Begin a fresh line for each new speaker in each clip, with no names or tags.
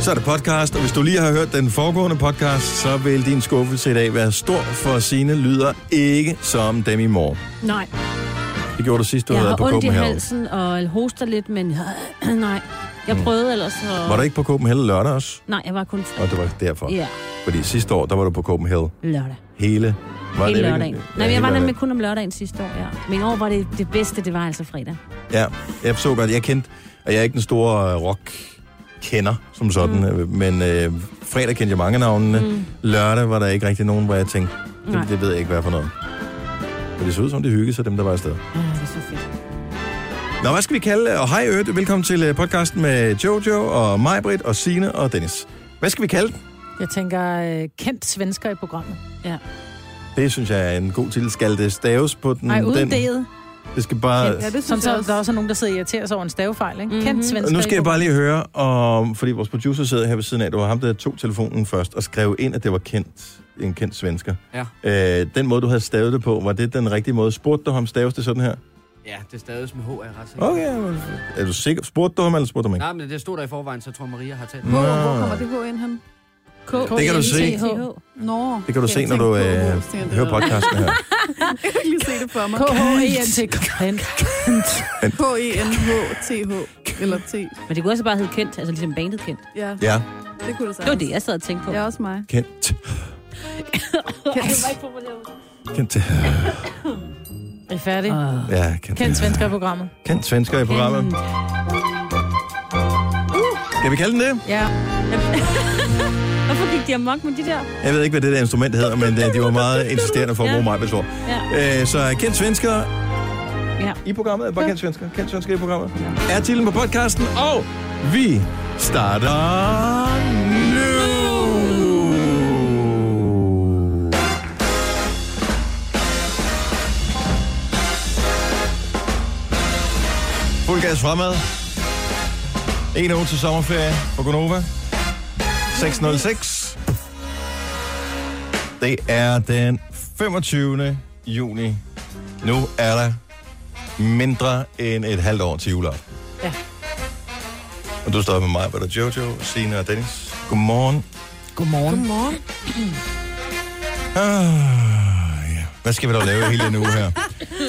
så er der podcast, og hvis du lige har hørt den foregående podcast, så vil din skuffelse i dag være stor, for sine lyder ikke som dem i morgen.
Nej,
Det gjorde du sidst, du
jeg
havde
har
været på
ondt i
Copenhagen.
halsen og hoster lidt, men nej. Jeg prøvede ellers at...
Mm. Var du ikke på Copenhagen lørdag også?
Nej, jeg var kun fredag.
Og det var derfor.
Ja,
Fordi sidste år, der var du på Copenhagen
lørdag.
hele... Var
Hele
det ikke-
lørdagen.
Ja,
Nej, men
hele
jeg var
lørdagen.
nemlig kun om lørdagen sidste år, ja. Men i år var det det bedste, det var altså fredag.
Ja, jeg så godt. Jeg kendte, og jeg er ikke den store øh, rock-kender som sådan, mm. men øh, fredag kendte jeg mange af navnene. Mm. Lørdag var der ikke rigtig nogen, hvor jeg tænkte,
Nej.
det, det ved jeg ikke, hvad for noget. Men det så ud som, det hyggede sig, dem der var afsted.
Ah, det er så fedt.
Nå, hvad skal vi kalde? øh, Og hej Øde, velkommen til øh, podcasten med Jojo og mig, Britt og Sine og Dennis. Hvad skal vi kalde den?
Jeg tænker, øh, kendt svensker i programmet. Mm,
Ja.
Det synes jeg er en god titel. Skal det staves på den?
Nej, uden
den?
D'et.
Det skal bare...
Ja, det
Som
synes jeg
så,
også.
der er også nogen, der sidder og irriterer sig over en stavefejl, ikke? Mm-hmm. Kendt svensker
Og nu skal
i
jeg bare
programmet.
lige høre, om, fordi vores producer sidder her ved siden af, det var ham, der tog telefonen først og skrev ind, at det var kendt, en kendt svensker. Ja. Øh, den måde, du havde stavet det på, var det den rigtige måde? Spurgte du ham, staves det sådan her?
Ja, det er stadig med H, er jeg ret sikker. på.
Okay, men- er du sikker? Spurgte du ham, eller spurgte du ham ikke?
Nej, men det stod der i forvejen, så jeg tror Maria har talt.
Hvor,
Nå.
hvor kommer det på ind, han?
K
Det kan du se.
Nå.
Det kan du se, når du øh, hører podcasten her.
Jeg kan ikke lige se det for mig.
E
K-H-E-N-T. Kendt.
K-E-N-H-T-H. Eller T.
Men det kunne også bare hedde kendt, altså ligesom bandet kendt.
Ja,
Ja,
det kunne det
Det var
sagtens.
det, jeg sad og tænkte på.
Ja, også mig.
kendt.
Kendt.
Kendt.
Er I færdige?
øh,
Åh.
Ja, kendt.
Kendt svensker i programmet.
Kendt svensker i programmet. Skal vi kalde den det?
Ja.
Hvorfor gik de amok med de der?
Jeg ved ikke, hvad det der instrument hedder, men øh, de var meget insisterende for at bruge
Ja.
mig, hvis ord.
Ja.
Øh, så kendt svensker
Ja.
i programmet. Bare kendt svensker. Kendt svensker i programmet. Er titlen på podcasten, og vi starter nu! Fuld gas fremad. En uge til sommerferie på Gonova. 606. Det er den 25. juni. Nu er der mindre end et halvt år til juleaften.
Ja.
Og du står med mig, hvor der er Jojo, Signe og Dennis. Godmorgen.
Godmorgen.
Morgen.
Ah, ja. Hvad skal vi dog lave hele den uge her?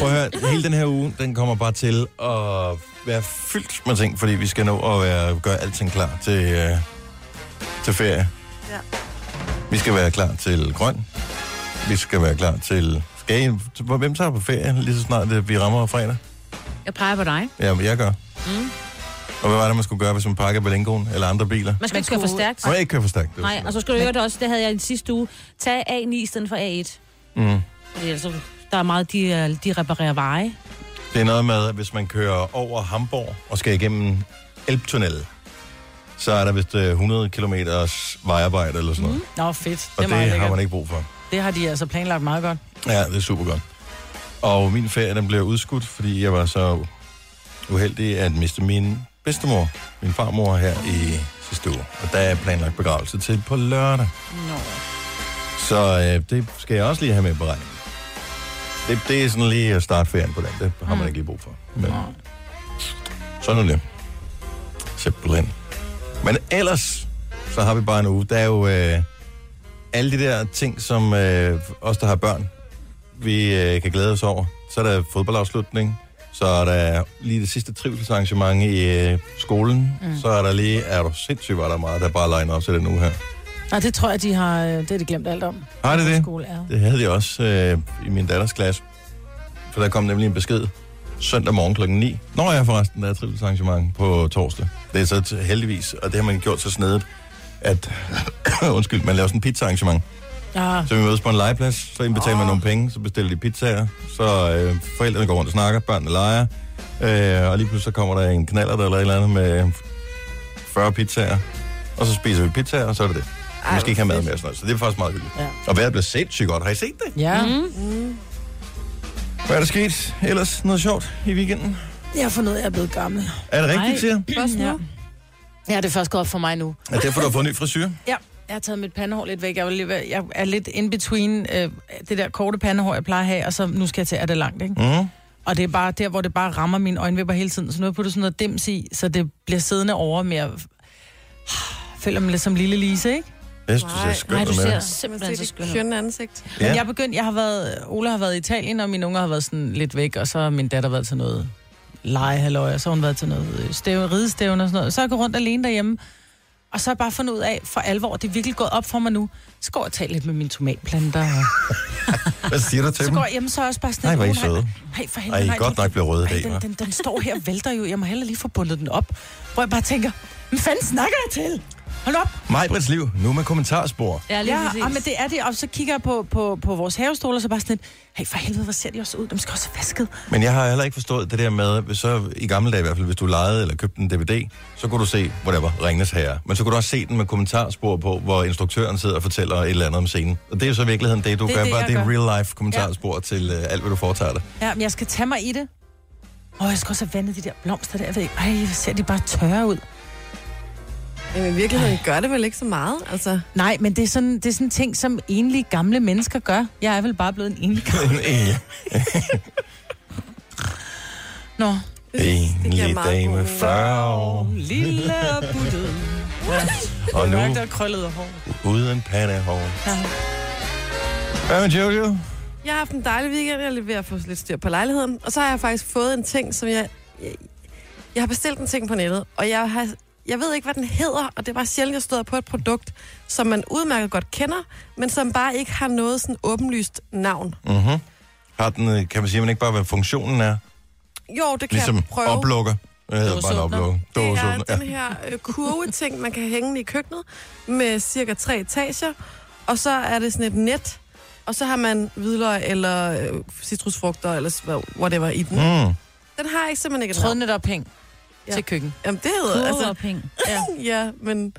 Prøv at høre, hele den her uge, den kommer bare til at være fyldt med ting, fordi vi skal nå at være, gøre alting klar til, øh, til ferie.
Ja.
Vi skal være klar til grøn. Vi skal være klar til... Skal I, hvem tager på ferie, lige så snart øh, vi rammer fredag?
Jeg peger på dig.
Ja, men jeg gør. Mm. Og hvad var det, man skulle gøre, hvis man pakker Berlingoen eller andre biler?
Man skal ikke køre for stærkt.
Må jeg ikke køre for stærkt? Det var
Nej,
sådan
og så skal du høre det også, det havde jeg i den sidste uge. Tag A9 i stedet for A1.
Mm.
Fordi altså, der er meget, de, øh, de reparerer veje.
noget. Det er noget med, at hvis man kører over Hamburg og skal igennem Elbtunnel, så er der vist øh, 100 km vejarbejde eller sådan noget. Mm.
Nå, fedt.
Og
Det, er meget
det, det har
lækkert.
man ikke brug for.
det har de altså planlagt meget godt.
Ja, det er super godt. Og min ferie, den blev udskudt, fordi jeg var så uheldig at miste min bedstemor, min farmor her i sidste uge. Og der er planlagt begravelse til på lørdag.
Nå.
Så øh, det skal jeg også lige have med i beregningen. Det, det er sådan lige at starte ferien på den. Det har man ikke lige brug for. Men sådan er det. Simpelthen. Men ellers, så har vi bare en uge. Der er jo øh, alle de der ting, som øh, os, der har børn, vi øh, kan glæde os over. Så er der fodboldafslutning. Så er der lige det sidste trivselsarrangement i øh, skolen. Mm. Så er der lige, er du sindssygt, var der er meget, der bare legner op til den uge her.
Nej, det tror jeg, de har... øh, Det har de glemt alt om.
Har det det?
Skole er.
Det havde jeg også øh, i min datters klasse. For der kom nemlig en besked søndag morgen kl. 9. Når jeg forresten der er trivselsarrangement på torsdag. Det er så t- heldigvis, og det har man gjort så snedet, at undskyld, man laver sådan en pizzaarrangement.
Ja,
Så vi mødes på en legeplads, så indbetaler
Ah.
man nogle penge, så bestiller de pizzaer, så øh, forældrene går rundt og snakker, børnene leger, øh, og lige pludselig så kommer der en knaller eller et eller andet med 40 pizzaer, og så spiser vi pizzaer, og så er det det. Ej, vi skal ikke have mad med og sådan noget, så det er faktisk meget hyggeligt.
Ja.
Og vejret blev sindssygt godt. Har I set det?
ja. Mm.
Hvad er der sket? Ellers noget sjovt i weekenden?
jeg har fundet ud af, at jeg er blevet gammel.
Er det rigtigt, siger jeg?
Først nu.
Ja. Ja, det er først godt for mig nu.
Er det derfor, du har fået en ny frisyr?
Ja, jeg har taget mit pandehår lidt væk. Jeg, var lige, ved- jeg er lidt in between øh, det der korte pandehår, jeg plejer at have, og så nu skal jeg til, at det er langt, ikke?
Mm.
Og det er bare der, hvor det bare rammer mine øjenvipper hele tiden. Så nu har jeg puttet sådan noget dims i, så det bliver siddende over med at Føler mig lidt som lille Lise, ikke?
Jeg synes, det er skønt
Nej, du
at
ser
male.
simpelthen så skøn ud.
skønne ansigt.
Men
Ja.
jeg er begyndt, jeg har været, Ola har været i Italien, og mine unger har været sådan lidt væk, og så har min datter været til noget legehalløj, og så har hun været til noget øh, stævne, ridestævne og sådan noget. Så har jeg gået rundt alene derhjemme, og så har jeg bare fundet ud af, for alvor, det er virkelig gået op for mig nu, så går jeg og taler lidt med mine tomatplanter, og
Hvad siger du til
så
dem?
går jeg hjemme, så er jeg også bare sådan...
Nej, hvor er I
"Åh,
søde.
Nej, for
Ej,
helvede,
I
nej,
er godt
den-
nok blevet røde i
Ej,
dag, hva'?
den, den, den, står her og vælter jo. Jeg må hellere lige få bundet den op. Hvor jeg bare tænker, hvad fanden snakker jeg til? Hold op.
Majbrits liv, nu med kommentarspor.
Ja, lige
Ja,
præcis.
ah, men det er det. Og så kigger jeg på, på, på vores havestole, og så bare sådan lidt, hey, for helvede, hvor ser de også ud? De skal også have vasket.
Men jeg har heller ikke forstået det der med, hvis så i gamle dage i hvert fald, hvis du lejede eller købte en DVD, så kunne du se, whatever, Ringnes Herre. Men så kunne du også se den med kommentarspor på, hvor instruktøren sidder og fortæller et eller andet om scenen. Og det er jo så i virkeligheden det, du
Det er
gør,
det,
bare
jeg
det er
gør.
real life kommentarspor ja. til uh, alt, hvad du foretager dig.
Ja, men jeg skal tage mig i det. Åh, jeg skal også have vandet de der blomster der. Jeg ved ikke, ej, hvor ser de bare tørre ud.
Jamen i virkeligheden gør det vel ikke så meget, altså.
Nej, men det er sådan, det er sådan ting, som enlige gamle mennesker gør. Jeg er vel bare blevet en enlig gammel.
ja.
Nå.
En lille
meget god
dame,
mening.
40 år,
Lille og buttet.
og nu
der krøllede hår.
uden pandehår.
Ja.
Hvad med Jojo?
Jeg har haft en dejlig weekend, jeg er lige ved at få lidt styr på lejligheden. Og så har jeg faktisk fået en ting, som jeg... Jeg, jeg har bestilt en ting på nettet, og jeg har... Jeg ved ikke, hvad den hedder, og det er bare sjældent, jeg støder på et produkt, som man udmærket godt kender, men som bare ikke har noget sådan åbenlyst navn.
Mm-hmm. Har den, øh, kan man sige, at man ikke bare, hvad funktionen er?
Jo, det kan
Ligesom
jeg prøve.
oplukker. Jeg hedder bare en
Dåseåbner.
oplukker.
Det er
Dåseåbner, ja.
den her øh, kurveting, man kan hænge i køkkenet med cirka tre etager. Og så er det sådan et net, og så har man hvidløg eller øh, citrusfrugter eller s- whatever i den.
Mm.
Den har jeg simpelthen ikke et navn.
Trødende der penge
Ja.
til køkken.
Jamen det hedder
Kurve
altså...
og penge.
Ja.
Ja, men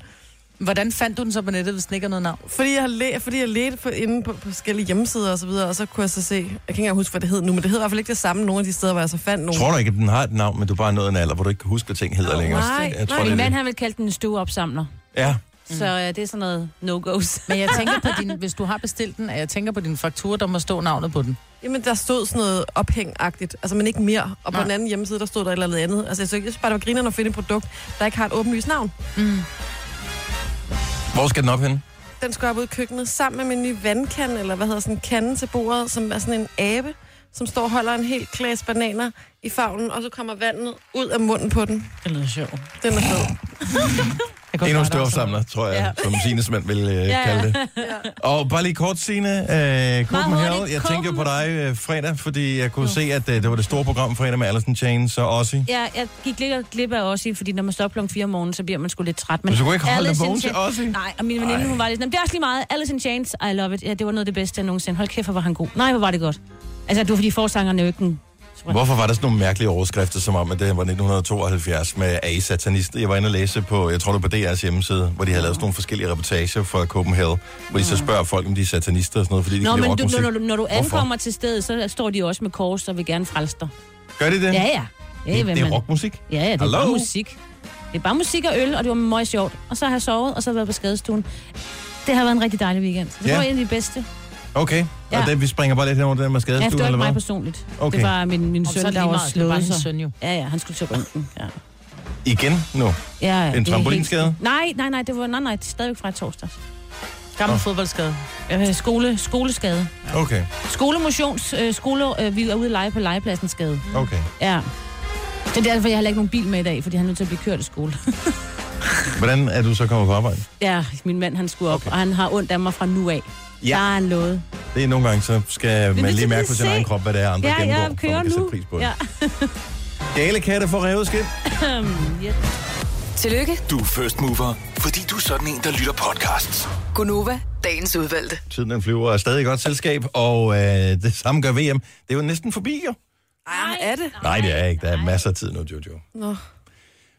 Hvordan fandt du den så på nettet, hvis den ikke har noget navn?
fordi jeg, har læ- fordi jeg ledte på, inde på, på forskellige hjemmesider og så videre, og så kunne jeg så se, jeg kan ikke engang huske, hvad det hed nu, men det hedder i hvert fald ikke det samme nogle af de steder, hvor jeg så fandt nogen.
Tror du ikke, at den har et navn, men du er bare nået en alder, hvor du ikke kan huske, hvad ting hedder
Åh,
længere?
nej,
jeg tror,
nej.
det
Min
er
mand,
det.
han vil kalde den en stueopsamler.
Ja,
Så øh, det er sådan noget no-goes.
Men jeg tænker på din, hvis du har bestilt den, at jeg tænker på din faktura, der må stå navnet på den.
Jamen, der stod sådan noget ophængagtigt, altså men ikke mere. Og på
Nej.
den anden hjemmeside, der stod der et eller andet andet. Altså, jeg synes, jeg synes bare, det var grinerne at finde et produkt, der ikke har et åbenlyst navn.
Mm.
hvor skal den op henne?
Den skulle op ud i køkkenet sammen med min nye vandkande, eller hvad hedder sådan en kande til bordet, som er sådan en abe, som står og holder en hel glas bananer i favnen, og så kommer vandet ud af munden på den.
Det lyder sjovt.
Den er fed.
Endnu en støvsamler, tror jeg, som Sines mand vil øh,
ja.
kalde det. Og bare lige kort, Signe. Øh, Copenhagen,
hurtigt,
jeg tænkte jo på dig
Copenhagen.
øh, fredag, fordi jeg kunne se, at øh, det var det store program fredag med Allison Chain, så også.
Ja, jeg gik lidt og glip af Ossie, fordi når man står op klokken 4 om morgenen, så bliver man sgu lidt træt. Men
Du kunne ikke holde dig
Alice in
vågen til
Chains-
Ossie?
Nej, og min veninde, hun var lidt sådan, "Jamen, det er også lige meget. Alice in Chains, I love it. Ja, det var noget af det bedste, jeg nogensinde. Hold kæft, hvor var han god. Nej, hvor var det godt. Altså, du var fordi forsangeren er jo ikke den
Hvorfor var der sådan nogle mærkelige overskrifter, som om, at det var 1972 med A-satanist? Jeg var inde og læse på, jeg tror det var på DR's hjemmeside, hvor de havde lavet sådan nogle forskellige reportager fra Copenhagen, hvor de så spørger folk, om de er satanister og sådan noget, fordi de
Mm. Nå,
kan lide
men du,
rockmusik.
når, når, du- når du
Hvorfor?
ankommer til stedet, så står de jo også med kors og vil gerne frelse dig.
Gør de det?
Ja, ja. Ja,
det,
hvad
det er
man-
rockmusik.
Ja, ja, det er
Hallo?
bare musik. Det er bare musik og øl, og det var meget sjovt. Og så har jeg sovet, og så har jeg været på skadestuen. Det har været en rigtig dejlig weekend. Så det
Ja.
var en af de bedste.
Okay,
Ja.
og det, vi springer bare lidt hen over den der med
Ja, det
skadestuen,
var ikke
eller
mig
hvad?
personligt.
Okay.
Det var min, min
Om,
søn,
så er det lige
der var
meget. Det var
slået
hans
sig.
søn jo.
Ja, ja, han skulle til røntgen. Ja.
Igen nu?
Ja, ja, det er helt-
trampolinskade?
Nej, nej, nej, det var nej, nej, det er stadigvæk fra i torsdags.
Gammel
Nå.
fodboldskade.
Øh, skole, skoleskade.
Okay,
Skolemotions, øh, skole, øh, vi er ude og lege på legepladsen skade.
okay.
Ja. Det er derfor, jeg har heller ikke nogen bil med i dag, fordi han er nødt til at blive kørt i skole.
Hvordan er du så kommet på arbejde?
ja, min mand han skulle op,
Okay.
okay. og han har ondt af mig fra nu af.
Ja.
Der har han lovet.
Det er nogle gange, så skal man
det
lige
kan
mærke
vi
på sin
se.
egen krop, hvad det er, andre
Ja, jeg
gennemgår, så
kører
man kan sætte
nu.
pris på det.
Ja.
Gale katte får revet skin.
Yep.
Tillykke,
Du er first mover, fordi du er sådan en, der lytter podcasts.
Gunova, dagens udvalgte.
Tiden den flyver og er stadig i godt selskab, og øh, det samme gør VM. Det er jo næsten forbi, jo.
Ej, er det?
Nej, det er ikke. Der er masser af tid nu, Jojo.
Nå.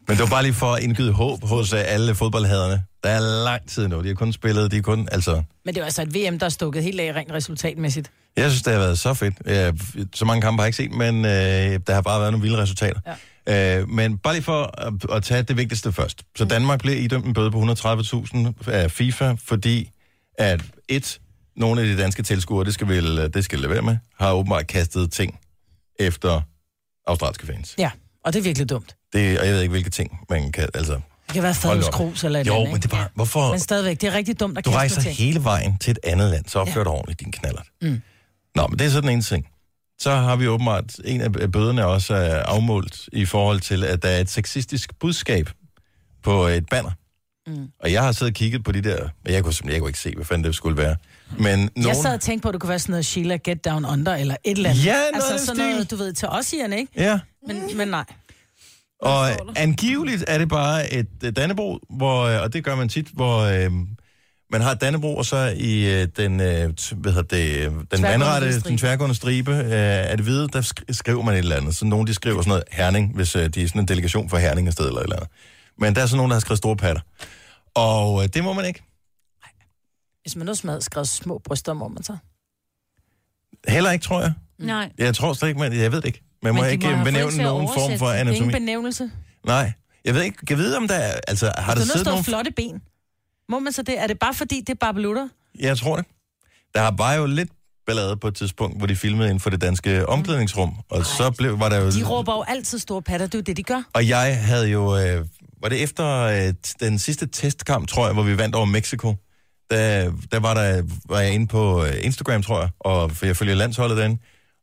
Men det var bare lige for at indgyde håb hos øh, alle fodboldhaderne. Der er lang tid nu. De har kun spillet, de har kun... Altså,
Men det var altså et VM, der er stukket helt af rent resultatmæssigt.
jeg synes, det har været så fedt. Øh, Så mange kampe har jeg ikke set, men øh, der har bare været nogle vilde resultater. Ja. Øh, men bare lige for at, at tage det vigtigste først. Så Danmark blev idømt en bøde på 130.000 af FIFA, fordi at et, nogle af de danske tilskuere, det skal vi det skal vi lade være med, har åbenbart kastet ting efter australske fans.
Ja, og det er virkelig dumt.
Det, og jeg ved ikke, hvilke ting man kan... Altså,
Det kan være
Hold
fadens
op.
krus eller et
Jo,
eller andet,
men det er bare... Hvorfor...
Men stadigvæk, det er rigtig dumt at
Du
kaste
rejser
ting.
hele vejen til et andet land, så opfører ja. du ordentligt din knaller. Mm. Nå, men det er sådan en ting. Så har vi åbenbart, en af af bøderne også er afmålt i forhold til, at der er et sexistisk budskab på et banner. Mm. Og jeg har siddet og kigget på de der, men jeg kunne simpelthen jeg kunne ikke se, hvad fanden det skulle være. Men nogen...
Jeg sad og tænkte på, at det kunne være sådan noget Sheila Get Down Under, eller et eller andet.
Ja, noget af den
altså, sådan
stil.
noget, du ved, til os siger ikke?
Ja,
Men, men nej.
og angiveligt er det bare et øh, Dannebro, hvor, øh, og det gør man tit, hvor øh, man har et Dannebro, og så i øh, den, øh, t- hvad hedder det, øh, den vandrette,
stribe.
den tværgående stribe øh, af det hvide, der sk- skriver man et eller andet. Så nogen, de skriver sådan noget Herning, hvis øh, de er sådan en delegation for Herning et sted eller et eller andet. Men der er sådan nogen, der har skrevet store patter. Og øh, det må man ikke.
Hvis man nu smadrer skrevet små bryster, må man så. Mm.
Heller ikke, tror jeg.
Nej.
Jeg tror slet ikke, man, jeg ved det ikke. Man må,
Men de
ikke
må
øh,
have fået
benævne
til at
nogen form
oversætte
for
det.
Det er
anatomi.
ingen benævnelse.
Nej. Jeg ved ikke, kan vide, om der er, altså, har
Har
der
der
siddet
står
nogen...
nogle... flotte ben. Må man så det? Er det bare fordi, det er barbelutter?
Jeg tror det. Der var jo lidt ballade på et tidspunkt, hvor de filmede inden for det danske omklædningsrum, og Ej, så blev, var der jo...
De råber jo altid store patter, det er jo det, de gør.
Og jeg havde jo... Øh, var det efter øh, den sidste testkamp, tror jeg, hvor vi vandt over Mexico? Der, der var, der, var jeg inde på øh, Instagram, tror jeg, og for jeg følger landsholdet derinde,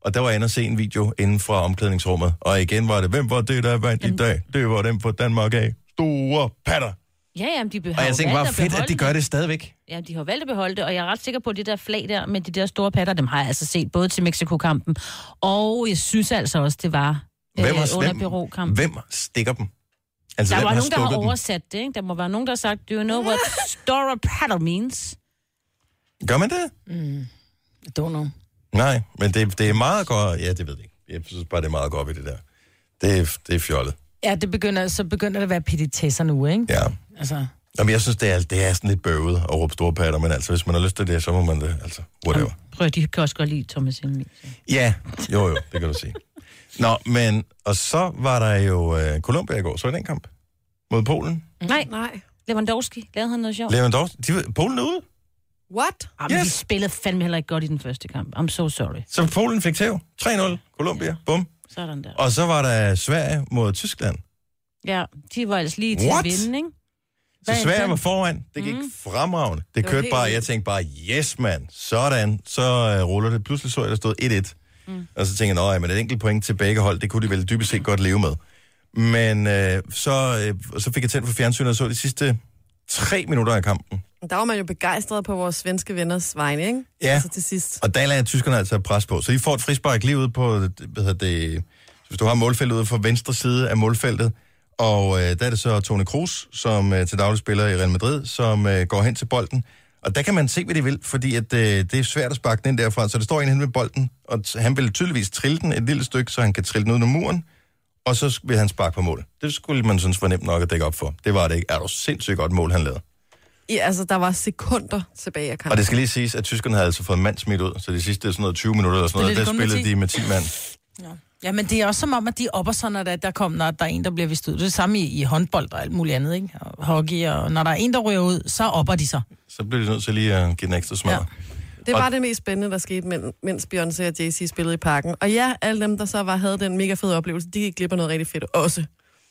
og der var jeg inde og se en video inden fra omklædningsrummet. Og igen var det, hvem var det, der vandt i dag? Det var dem fra Danmark af. Store patter.
Ja, jamen, de har
Og
jo
jeg tænkte
valgt
bare, fedt,
beholde
at de gør det stadigvæk.
Ja, de har jo valgt at beholde det, og jeg er ret sikker på, at det der flag der med de der store patter, dem har jeg altså set både til Mexico-kampen, og jeg synes altså også, det var øh,
Hvem, har,
under
hvem,
Peru-kampen.
hvem stikker dem? Altså,
Der
hvem
var
har
nogen, der har
stukket dem?
oversat det, ikke? Der må være nogen, der har sagt, do you know what store patter means?
Gør man det?
Mm. I don't know.
Nej, men det, det er meget godt... Ja, det ved jeg ikke. Jeg synes bare, det er meget godt ved det der. Det er, det er fjollet.
Ja, det begynder, så begynder det at være pittitesser nu, ikke?
Ja.
Altså,
Jamen, jeg synes, det er, det er sådan lidt bøvet at råbe store patter, men altså, hvis man har lyst til det, så må man det. Altså, whatever.
Prøv, de kan også godt lide Thomas Helmi.
Ja, jo, jo, det kan du sige. Nå, men... Og så var der jo øh, Colombia i går, så i den kamp mod Polen.
Nej,
Nej.
Lewandowski, lavede han noget sjovt?
Lewandowski, de, Polen er ude,
What?
Jamen, yes. de
Yes.
spillede fandme heller ikke godt i den første kamp. I'm so sorry.
så Polen fik tæv. 3-0, Colombia, bum.
Sådan der.
Og så var der Sverige mod Tyskland.
Ja, de var altså lige til
What?
at vinde, ikke?
Så
Hvad er
Sverige
den?
var foran. Det gik mm. fremragende. Det,
var
kørte
helt
bare,
vildt.
jeg tænkte bare, yes mand, sådan. Så øh, ruller det. Pludselig så jeg, der stod 1-1. Mm. Og så tænkte jeg, nej, men et enkelt point til begge hold, det kunne de vel dybest set godt leve med. Men øh, så, øh, og så fik jeg tændt for fjernsynet og så de sidste tre minutter af kampen.
Der var man jo begejstret på vores svenske venners vegne, ikke?
Ja.
Altså til sidst.
Og der lader tyskerne altså et pres på. Så de får et frispark lige ude på, øh, hvad hedder det, hvis du har målfeltet ude for venstre side af målfeltet, og øh, der er det så Tone Kroos, som øh, til daglig spiller i Real Madrid, som øh, går hen til bolden. Og der kan man se, hvad de vil, fordi at, øh, det er svært at sparke den ind derfra. Så der står en hen med bolden, og t- han vil tydeligvis trille den et lille stykke, så han kan trille den ud af muren, og så sk- vil han sparke på mål. Det skulle man synes var nemt nok at dække op for. Det var det ikke. Er du sindssygt godt mål, han lavede.
I, altså, der var sekunder tilbage af
Og
kampen.
det skal lige siges, at tyskerne havde altså fået en mand smidt ud, så de sidste sådan noget 20 minutter eller sådan
Det er
noget, der
lidt kun med
spillede
10.
de med 10 mand.
ja, men det er også som om, at de opper sig, når der, der, kom, når der er en, der bliver vist ud. Det er det samme i, i håndbold og alt muligt andet, ikke? Og hockey, og når der er en, der ryger ud, så opper de sig.
Så bliver de nødt til lige at give den ekstra smør. Ja.
Ja.
Det var det mest spændende, der skete, men- mens Beyoncé og Jay-Z spillede i parken. Og ja, alle dem, der så var, havde den mega fede oplevelse, de gik glip af noget rigtig fedt også.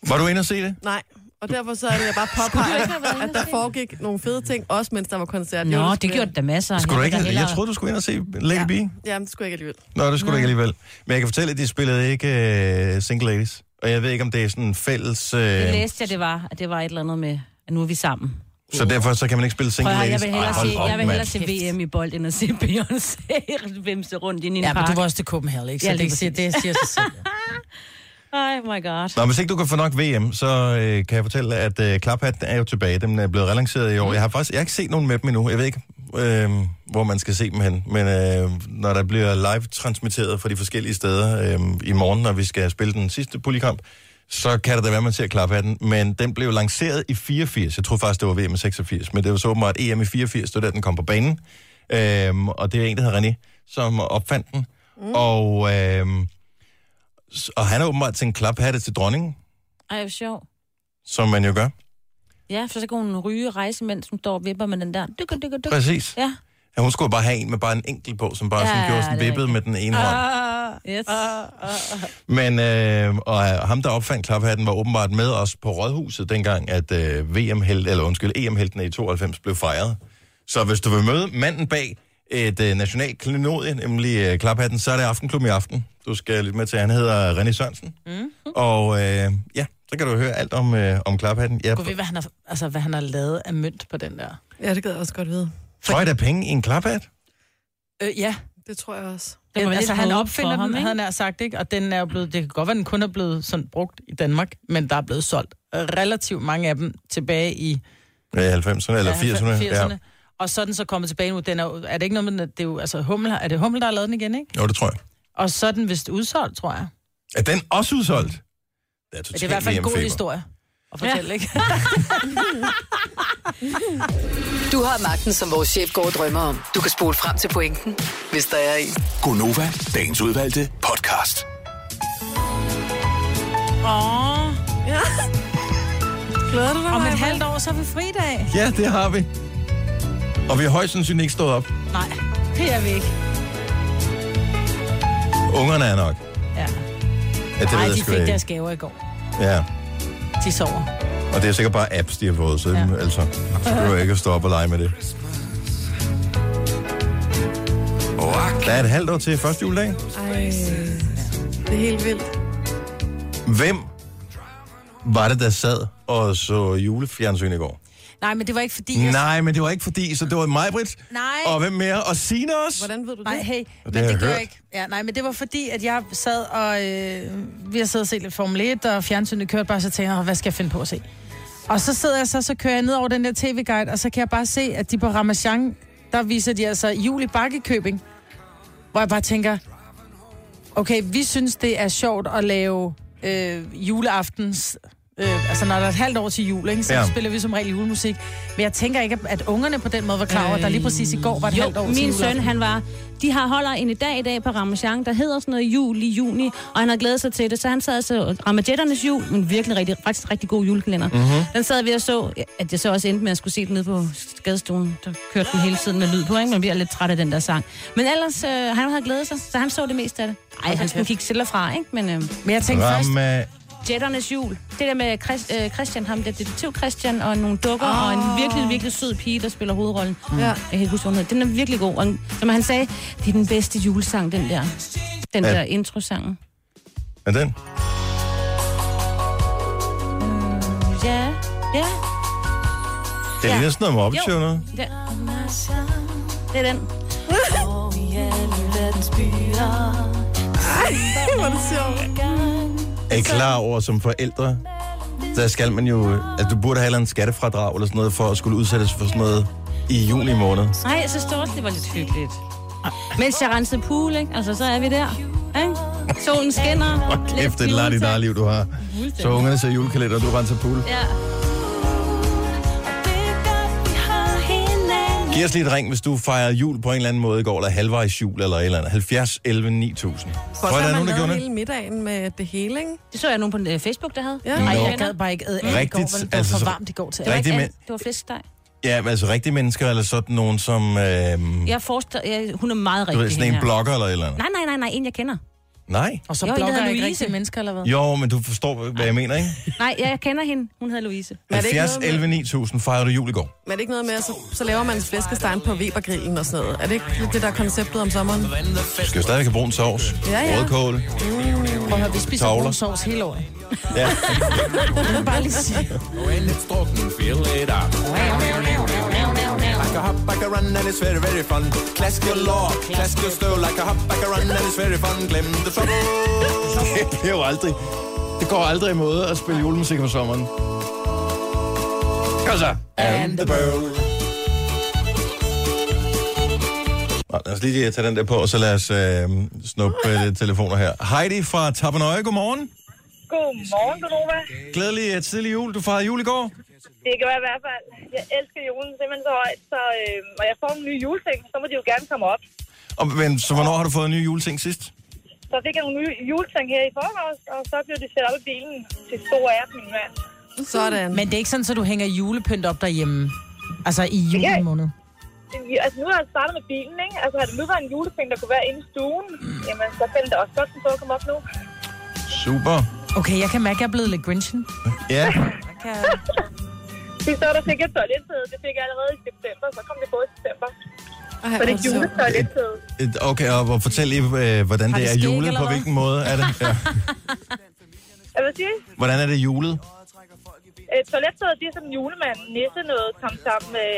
Var du inde og se det?
Nej, og derfor så vil jeg bare påpege, at der foregik nogle fede ting, også mens der var koncert. Jeg
Nå,
ville
det
spille-
gjorde der masser af.
Skulle du
Jeg
ikke?
vil da
Jeg
hellere-
troede, du skulle ind og se Lady ja. Bee.
Jamen, det skulle jeg ikke alligevel.
Nå, det skulle du ikke alligevel. Men jeg kan fortælle, at de spillede ikke uh, Single Ladies. Og jeg ved ikke, om det er sådan en fælles... Uh,
Det læste jeg, det var, at det var et eller andet med, at nu er vi sammen.
så derfor så kan man ikke spille Single
Prøv at høre, jeg
Ladies.
vil hellere,
hold
se,
op,
jeg vil hellere
mand.
se VM i bold, end at se Beyoncé vimse rundt ind i en
Ja, men
park.
du var også til Copenhagen, ikke? Så ja,
Ja,
det,
lige
det, siger, det siger sig selv. ja.
Oh my god.
Nå, hvis ikke du kan få nok VM, så øh, kan jeg fortælle, at øh, klaphatten er jo tilbage. Den er blevet relanceret i år. Jeg har faktisk jeg har ikke set nogen med dem endnu. Jeg ved ikke, øh, hvor man skal se dem hen. Men øh, når der bliver live-transmitteret fra de forskellige steder øh, i morgen, når vi skal spille den sidste polikamp, så kan det da være, man ser klaphatten. Men den blev lanceret i 84. Jeg tror faktisk, det var VM i 86. Men det var så åbenbart EM i 84, det var da den kom på banen. Øh, og det er en, der hedder René, som opfandt den. Mm. Og... Øh, og han er åbenbart til en klaphatte til dronningen,
Ej, hvor sjov.
som man jo gør.
Ja, for så kan hun ryge rejse, mens hun står og vipper med den der. Dykker, dykker, dykker.
Præcis.
Ja.
Ja, hun skulle bare have en med bare en enkelt på, som bare ja,
Ja,
sådan
ja,
gjorde
ja,
sådan
det er
vippet med den ene hånd.
Ah, Yes.
ah,
Men øh, og ham, der opfandt klaphatten, var åbenbart med os på Rådhuset, dengang at øh, vm -held, eller undskyld, EM-heltene i 92 blev fejret. Så hvis du vil møde manden bag et øh, nationalt klenodie, nemlig øh, klaphatten, så er det Aftenklub i aften. Du skal lidt med til, han hedder René Sørensen.
Mhm.
Mm. Og øh, ja, så kan du høre alt om, øh, om klaphatten. Jeg
Gå ved, hvad han, har, altså, hvad han har lavet af mønt på den der.
Ja, det gad jeg også godt vide.
tror, der er penge i en klaphat.
Øh, ja,
Det tror jeg også.
Det må være
altså
lidt
han
hårdt
opfinder ham,
for ham,
den,
ikke?
havde han nær sagt, ikke? Og den er jo blevet, det kan godt være, den kun er blevet sådan brugt i Danmark, men der er blevet solgt relativt mange af dem tilbage i
Ja, 90'erne eller 80'erne.
80'erne.
Ja.
Og så er den så kommet tilbage nu. Den er, jo- er det ikke noget med, den- det er jo, altså Hummel, har- er det Hummel, der har lavet den igen, ikke?
Jo, det tror jeg.
Og så er den vist udsolgt, tror jeg.
Er den også udsolgt? Det er,
Men det er i hvert fald en god historie at fortælle, ja. ikke?
Du har magten, som vores chef går og drømmer om. Du kan spole frem til pointen, hvis der er en.
Gonova, dagens udvalgte podcast.
Åh,
Glæder du dig,
om
Maja?
et halvt år, så er vi fridag.
Ja, det har vi. Og vi har højst sandsynligt ikke stået op.
Nej, det er vi ikke.
Ungerne er nok.
Ja.
Ja, det
Nej,
ved jeg
de
sgu
fik
ikke.
deres gaver i går.
Ja.
De sover.
Og det er sikkert bare apps, de har fået, så ja.
Ja.
altså, så behøver jeg ikke at stå op og lege med det. Der er et halvt år til første juledag.
Ej, det er helt vildt.
Hvem var det, der sad og så julefjernsyn i går?
Nej, men det var ikke fordi...
Yes.
Jeg...
Nej, men det var ikke fordi, så det var mig, Britt.
Nej.
Og hvem mere? Og Signe også?
Hvordan ved du det?
Nej, hey, men
har
det,
jeg
det gør
hørt.
jeg ikke. Ja, nej, men det var fordi, at jeg sad og... Øh, vi har siddet og set lidt Formel 1, og fjernsynet kørte bare, så tænkte jeg, "Åh, hvad skal jeg finde på at se? Og så sidder jeg så, så kører jeg ned over den der tv-guide, og så kan jeg bare se, at de på Ramachan, der viser de altså jul i Bakkekøbing, hvor jeg bare tænker, okay, vi synes, det er sjovt at lave øh, juleaftens... Øh, altså, når der er et halvt år til jul, ikke, så
Ja.
ja. spiller vi som regel julemusik. Men jeg tænker ikke, at- at ungerne på den måde var klar over, at der lige præcis i går var et
Jo,
halvt år til
min
juleaften.
søn, han var... De har holder en i dag i dag på Ramachan, der hedder sådan noget jul i juni, og han har glædet sig til det, så han sad og så Ramajetternes jul, men virkelig rigtig, faktisk rigtig god julekalender. Mm-hmm. Den sad vi og så, at jeg så også endte med at skulle se den nede på skadestuen, der kørte den hele tiden med lyd på, ikke? Man bliver lidt træt af den der sang. Men ellers, øh, han havde glædet sig, så han så det meste af det. Ej, han skulle kigge selv og fra, ikke? Men øh,
Men jeg tænkte først,
Ramme...
Jetternes jul. Det der med Chris, øh, Christian, ham der detektiv Christian, og nogle dukker, oh. og en virkelig, virkelig sød pige, der spiller hovedrollen. Ja. Jeg kan ikke huske, hvad hun hedder. Den er virkelig god. Og den- som han sagde, det er den bedste julesang, den der. Den
Ja.
ja. der introsangen.
Er den?
Ja, ja,
Det er ja.
Ja.
næsten noget med
Jo.
optøv noget.
ja. Det er den.
Ej, hvor er det sjovt.
Er I klar over som forældre? Der skal man jo... Altså, du burde have et eller andet skattefradrag eller sådan noget, for at skulle udsættes for sådan noget i juni måned.
Nej, jeg synes det også, det var lidt hyggeligt. Mens jeg rensede pool, ikke? Altså, så er vi der. Ikke? Solen skinner.
Hvor
Lidt
kæft, det er et
juletræ.
liv, du har. Så ungerne ser julekalender, og du renser pool.
Ja.
Giv os lige et ring, hvis du fejrede jul på en eller anden måde i går, eller halvvejs jul, eller et eller andet. 70, 11, 9000. Tror jeg,
Godt,
der
at
er
man
nogen, der
lavede
gjorde det?
hele middagen med det hele, ikke?
Det så jeg nogen på øh, Facebook, der havde.
Ja.
Ej,
Nå.
Ej,
jeg
jeg
gad øh,
gad bare ikke æde af i går,
Rigtigt,
vel? det var
altså,
for
så-
varmt i går til.
Det var
Rigtig
ikke
men-
alt. Det var flæskesteg.
Ja, men altså rigtige mennesker, eller sådan nogen som... Øh,
Jeg forstår, jeg, hun er meget
du
rigtig.
ved, sådan en
hende her.
blogger eller et eller andet.
Nej, nej, nej, nej, en jeg kender.
Nej.
Og så
Jo, det
blokker
hedder
jeg ikke
Louise.
rigtig mennesker, eller hvad?
Jo, men du forstår, hvad jeg mener, ikke?
Nej, jeg, jeg kender hende. Hun hedder Louise.
Er det ikke
70,
noget
11,
med-
9000 fejrede du jul i går.
Men er det ikke noget med, at så, så laver man flæskestegen på Webergrillen og sådan noget? Er det ikke lidt det, der er konceptet om sommeren?
Du skal jo stadig have brun sovs,
Ja, ja.
rødkål,
Mm, Prøv at høre, vi spiser
Tavler.
brun sovs hele året.
Ja.
Jeg vil bare lige sige.
det bliver jo aldrig... Det går aldrig i måde at spille julemusik om sommeren. Kom så. And the bowl. Nå, lad os lige tage den der på, og så lad os øh, snuppe øh, lidt telefoner her. Heidi fra Tappernøje, godmorgen.
Godmorgen, Gunova.
Glædelig øh, tidlig jul. Du fejrede jul i går.
Det kan være i hvert fald. Jeg elsker julen simpelthen så højt, så, øh, og jeg får en ny juleting, så må de jo gerne komme op.
Og, men så hvornår har du fået en ny juleting sidst?
Så fik jeg nogle nye juleting her i forgårs, og så blev det sat op i bilen til stor ære af min mand.
Sådan.
Men det er ikke sådan, at du hænger julepynt op derhjemme. Altså i juli måned.
vi- altså, nu har jeg startet med bilen, ikke? Altså, har det nu været en juleting, der kunne være inde i stuen, jamen, så faldt det også godt, den så at komme op nu.
Super.
Okay, jeg kan mærke, at jeg er blevet lidt grinchen.
Ja,
Jeg kan...
Sidste år, der fik jeg toilettet. Det fik jeg allerede i september, så kom det på i september.
Ej,
Så det er
hvor sjovt.
juletoilettet.
et- okay, og hvor- fortæl lige, øh, hvordan
Har
det
det
er
skæg,
julet,
eller
på
hvad?
hvilken måde er det? Ja.
Jeg vil sige,
Hvordan er det julet?
øh, toilettet, det er sådan en julemand, nisse noget, kom sammen med